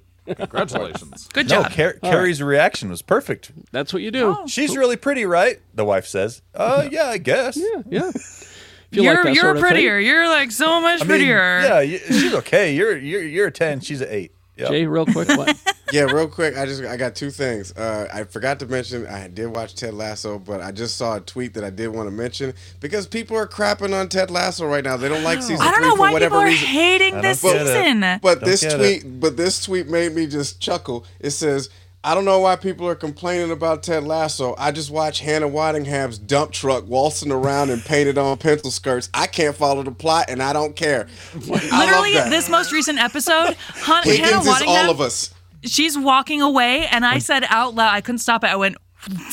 Speaker 5: Congratulations.
Speaker 4: Good
Speaker 2: No,
Speaker 4: job.
Speaker 2: Car- Carrie's reaction was perfect.
Speaker 3: That's what you do.
Speaker 4: Oh.
Speaker 2: She's really pretty, right? The wife says. Uh, yeah, I guess.
Speaker 3: Yeah, yeah. If you
Speaker 4: You're
Speaker 3: like that
Speaker 4: you're
Speaker 3: sort of thing.
Speaker 4: prettier. You're like so much
Speaker 2: I mean,
Speaker 4: prettier.
Speaker 2: yeah, you- she's okay. You're you're you're a ten. She's an eight. Yeah.
Speaker 3: Jay, real quick, what?
Speaker 6: yeah, real quick, I just I got two things. Uh, I forgot to mention I did watch Ted Lasso, but I just saw a tweet that I did want to mention because people are crapping on Ted Lasso right now. They don't like season
Speaker 4: I don't
Speaker 6: three
Speaker 4: know
Speaker 6: for
Speaker 4: why people
Speaker 6: whatever
Speaker 4: are
Speaker 6: reason.
Speaker 4: hating this
Speaker 2: get it.
Speaker 4: season.
Speaker 6: But
Speaker 2: Don't
Speaker 6: this
Speaker 2: get
Speaker 6: tweet, but this tweet made me just chuckle. It says, "I don't know why people are complaining about Ted Lasso. I just watch Hannah Waddingham's dump truck waltzing around in painted on pencil skirts. I can't follow the plot, and I don't care."
Speaker 4: Literally,
Speaker 6: I love that.
Speaker 4: this most recent episode, Han- Hannah
Speaker 6: Higgins is
Speaker 4: Waddingham,
Speaker 6: all of us.
Speaker 4: she's walking away, and I said out loud, I couldn't stop it. I went,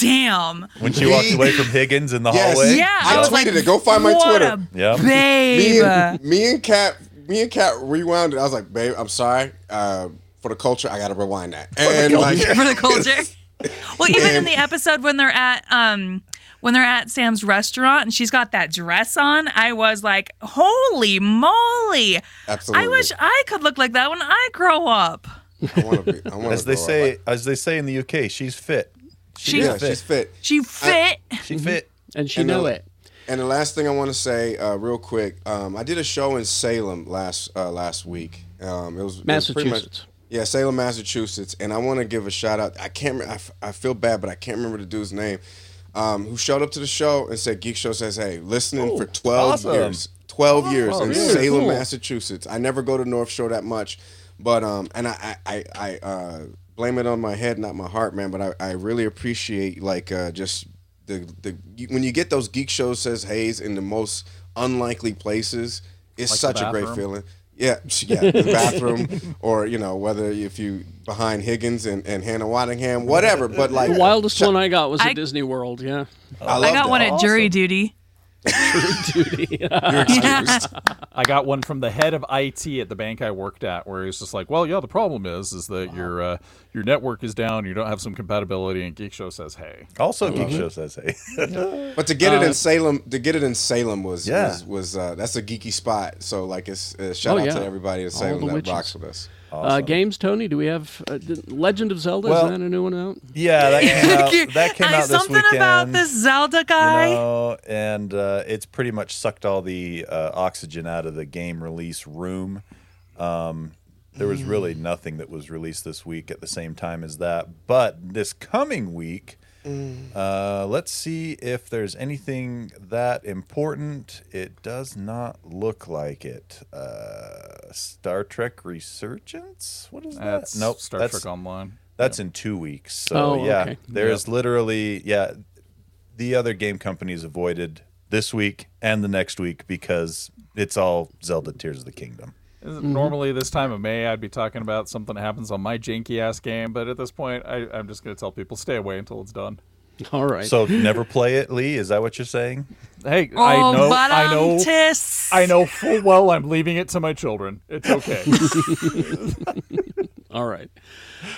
Speaker 4: damn.
Speaker 2: When she walked
Speaker 6: Me-
Speaker 2: away from Higgins in the
Speaker 6: Yes.
Speaker 2: hallway.
Speaker 4: Yeah,
Speaker 6: I
Speaker 4: was
Speaker 6: tweeted
Speaker 4: like,
Speaker 6: it. Go find my
Speaker 4: what
Speaker 6: Twitter.
Speaker 4: a
Speaker 2: Yeah.
Speaker 6: me
Speaker 4: Babe.
Speaker 6: and me and Kat, me and Kat rewound it. I was like, babe, I'm sorry. Uh, for the culture, I gotta rewind that. And like,
Speaker 4: for the culture. Well, even in the episode when they're at um when they're at Sam's restaurant and she's got that dress on, I was like, "Holy moly!"
Speaker 6: Absolutely.
Speaker 4: I wish I could look like that when I grow up.
Speaker 6: I wanna be, I wanna
Speaker 2: As they
Speaker 6: grow up
Speaker 2: say,
Speaker 6: like-
Speaker 2: as they say in the UK, she's fit. She
Speaker 4: She's
Speaker 2: is
Speaker 6: yeah,
Speaker 2: fit.
Speaker 6: she's fit.
Speaker 4: She fit.
Speaker 2: She fit.
Speaker 3: And she
Speaker 6: And
Speaker 3: knew
Speaker 6: the-
Speaker 3: it.
Speaker 6: And the last thing I want to say, uh, real quick, um, I did a show in Salem last uh, last week, Um, it was it was pretty much-
Speaker 3: Massachusetts.
Speaker 6: yeah, Salem, Massachusetts, and I want to give a shout out. I can't. re- I, f- I feel bad, but I can't remember the dude's name. Um, who showed up to the show and said, "Geek Show says, hey, listening for twelve
Speaker 2: awesome.
Speaker 6: years, twelve years in
Speaker 3: Oh, really?
Speaker 6: Salem,
Speaker 3: Cool.
Speaker 6: Massachusetts. I never go to North Shore that much, but um, and I I I, I uh, blame it on my head, not my heart, man. But I, I really appreciate like uh, just the the you- when you get those Geek Show says Hayes in the most unlikely places. It's
Speaker 5: Like the
Speaker 6: such a great
Speaker 5: bathroom?
Speaker 6: feeling feeling. Yeah, yeah, the bathroom, or you know, whether if you behind Higgins and, and Hannah Waddingham, whatever. But like,
Speaker 3: The wildest one I got was
Speaker 4: I-
Speaker 3: at Disney World. Yeah,
Speaker 6: I, love
Speaker 4: I got
Speaker 6: that.
Speaker 4: one at jury duty.
Speaker 6: You're excused.
Speaker 5: I got one from the head of IT at the bank I worked at, where he's just like, "Well, yeah, the problem is, is that your uh, your network is down, you don't have some compatibility." And Geek Show says, "Hey,
Speaker 2: Also, Geek Show says, "Hey,
Speaker 6: But to get it
Speaker 3: Um,
Speaker 6: in Salem, to get it in Salem was
Speaker 2: Yeah.
Speaker 6: was, was uh, that's a geeky spot. So like, it's uh, shout
Speaker 3: Oh,
Speaker 6: out
Speaker 3: yeah.
Speaker 6: to everybody in Salem
Speaker 3: the
Speaker 6: that
Speaker 3: witches.
Speaker 6: rocks with us.
Speaker 3: uh, games. Tony, do we have uh, did- Legend of Zelda?
Speaker 2: Well-
Speaker 3: Is that a new one out?
Speaker 2: yeah, that came out. That came
Speaker 4: I-
Speaker 2: out this
Speaker 4: something
Speaker 2: weekend."
Speaker 4: about this Zelda guy.
Speaker 2: You know, and uh, it's pretty much sucked all the uh, oxygen out of the game release room. Um, there was really nothing that was released this week at the same time as that. But this coming week, uh, let's see if there's anything that important. It does not look like it. Uh, Star Trek Resurgence? What is
Speaker 5: that's
Speaker 2: that? Nope.
Speaker 5: Star
Speaker 2: that's-
Speaker 5: Trek Online."
Speaker 2: that's in two weeks. So
Speaker 3: Oh,
Speaker 2: yeah,
Speaker 3: okay.
Speaker 2: there's literally yeah, the other game companies avoided this week and the next week because it's all Zelda Tears of the Kingdom.
Speaker 5: Isn't- Normally, this time of May, I'd be talking about something that happens on my janky ass game, but at this point, I, I'm just going to tell people stay away until it's done.
Speaker 3: All right.
Speaker 2: So never play it, Lee. Is that what you're saying?
Speaker 5: Hey,
Speaker 4: oh,
Speaker 5: I know,
Speaker 4: but
Speaker 5: I know,
Speaker 4: tiss.
Speaker 5: I know full well I'm leaving it to my children. It's okay.
Speaker 3: All right.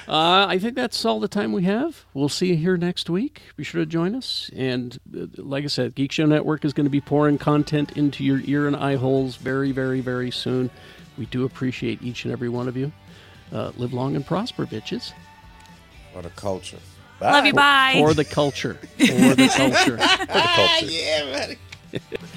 Speaker 3: Uh, I think that's all the time we have. We'll see you here next week. Be sure to join us. And uh, like I said, Geek Show Network is going to be pouring content into your ear and eye holes very, very, very soon. We do appreciate each and every one of you. Uh, live long and prosper, bitches.
Speaker 6: What a culture.
Speaker 4: Love you. Bye.
Speaker 3: For the culture. For the culture.
Speaker 2: Culture.